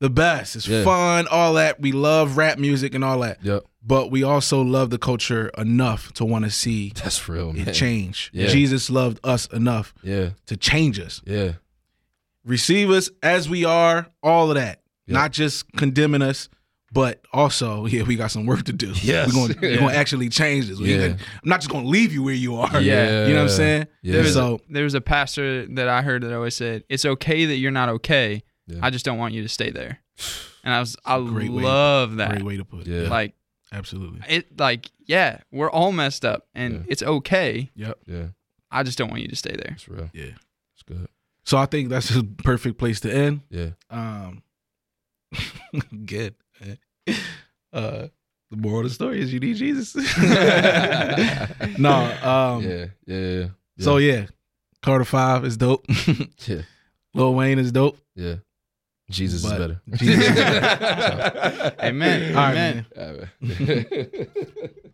[SPEAKER 1] the best. It's
[SPEAKER 2] Yeah.
[SPEAKER 1] fun. All that we love rap music and all that.
[SPEAKER 2] yep.
[SPEAKER 1] But we also love the culture enough to want to see
[SPEAKER 2] That's real, Oh, man.
[SPEAKER 1] it change.
[SPEAKER 2] Yeah.
[SPEAKER 1] Jesus loved us enough
[SPEAKER 2] Yeah.
[SPEAKER 1] to change us.
[SPEAKER 2] Yeah.
[SPEAKER 1] receive us as we are, all of that.
[SPEAKER 2] Yeah.
[SPEAKER 1] Not just condemning us, but also, yeah, we got some work to do.
[SPEAKER 2] Yes.
[SPEAKER 1] We're gonna, we're
[SPEAKER 2] Yeah.
[SPEAKER 1] gonna actually change this. We
[SPEAKER 2] Yeah.
[SPEAKER 1] ain't gonna- I'm not just gonna leave you where you are.
[SPEAKER 2] Yeah.
[SPEAKER 1] You know what I'm saying?
[SPEAKER 2] Yeah. There is
[SPEAKER 1] So
[SPEAKER 3] There was a pastor that I heard that always said, "It's okay that you're not okay.
[SPEAKER 2] Yeah.
[SPEAKER 3] I just don't want you to stay there." And I was, I
[SPEAKER 1] great way to-
[SPEAKER 3] love that.
[SPEAKER 1] great way to put it.
[SPEAKER 2] Yeah.
[SPEAKER 3] Like
[SPEAKER 1] Absolutely.
[SPEAKER 3] it, like yeah, we're all messed up, and
[SPEAKER 2] Yeah.
[SPEAKER 3] it's okay.
[SPEAKER 2] Yeah.
[SPEAKER 3] I just don't want you to stay there.
[SPEAKER 2] That's real.
[SPEAKER 1] Yeah.
[SPEAKER 2] It's good.
[SPEAKER 1] So I think that's a perfect place to end.
[SPEAKER 2] Yeah.
[SPEAKER 1] Um good. Uh the moral of the story is you need Jesus. no, um
[SPEAKER 2] yeah. Yeah. Yeah.
[SPEAKER 1] so yeah. Carter Five is dope.
[SPEAKER 2] Yeah.
[SPEAKER 1] Lil Wayne is dope.
[SPEAKER 2] Yeah. Jesus
[SPEAKER 1] But-
[SPEAKER 2] is better.
[SPEAKER 1] Jesus is
[SPEAKER 3] Amen.
[SPEAKER 1] All right,
[SPEAKER 3] Amen.
[SPEAKER 1] man.
[SPEAKER 2] All right.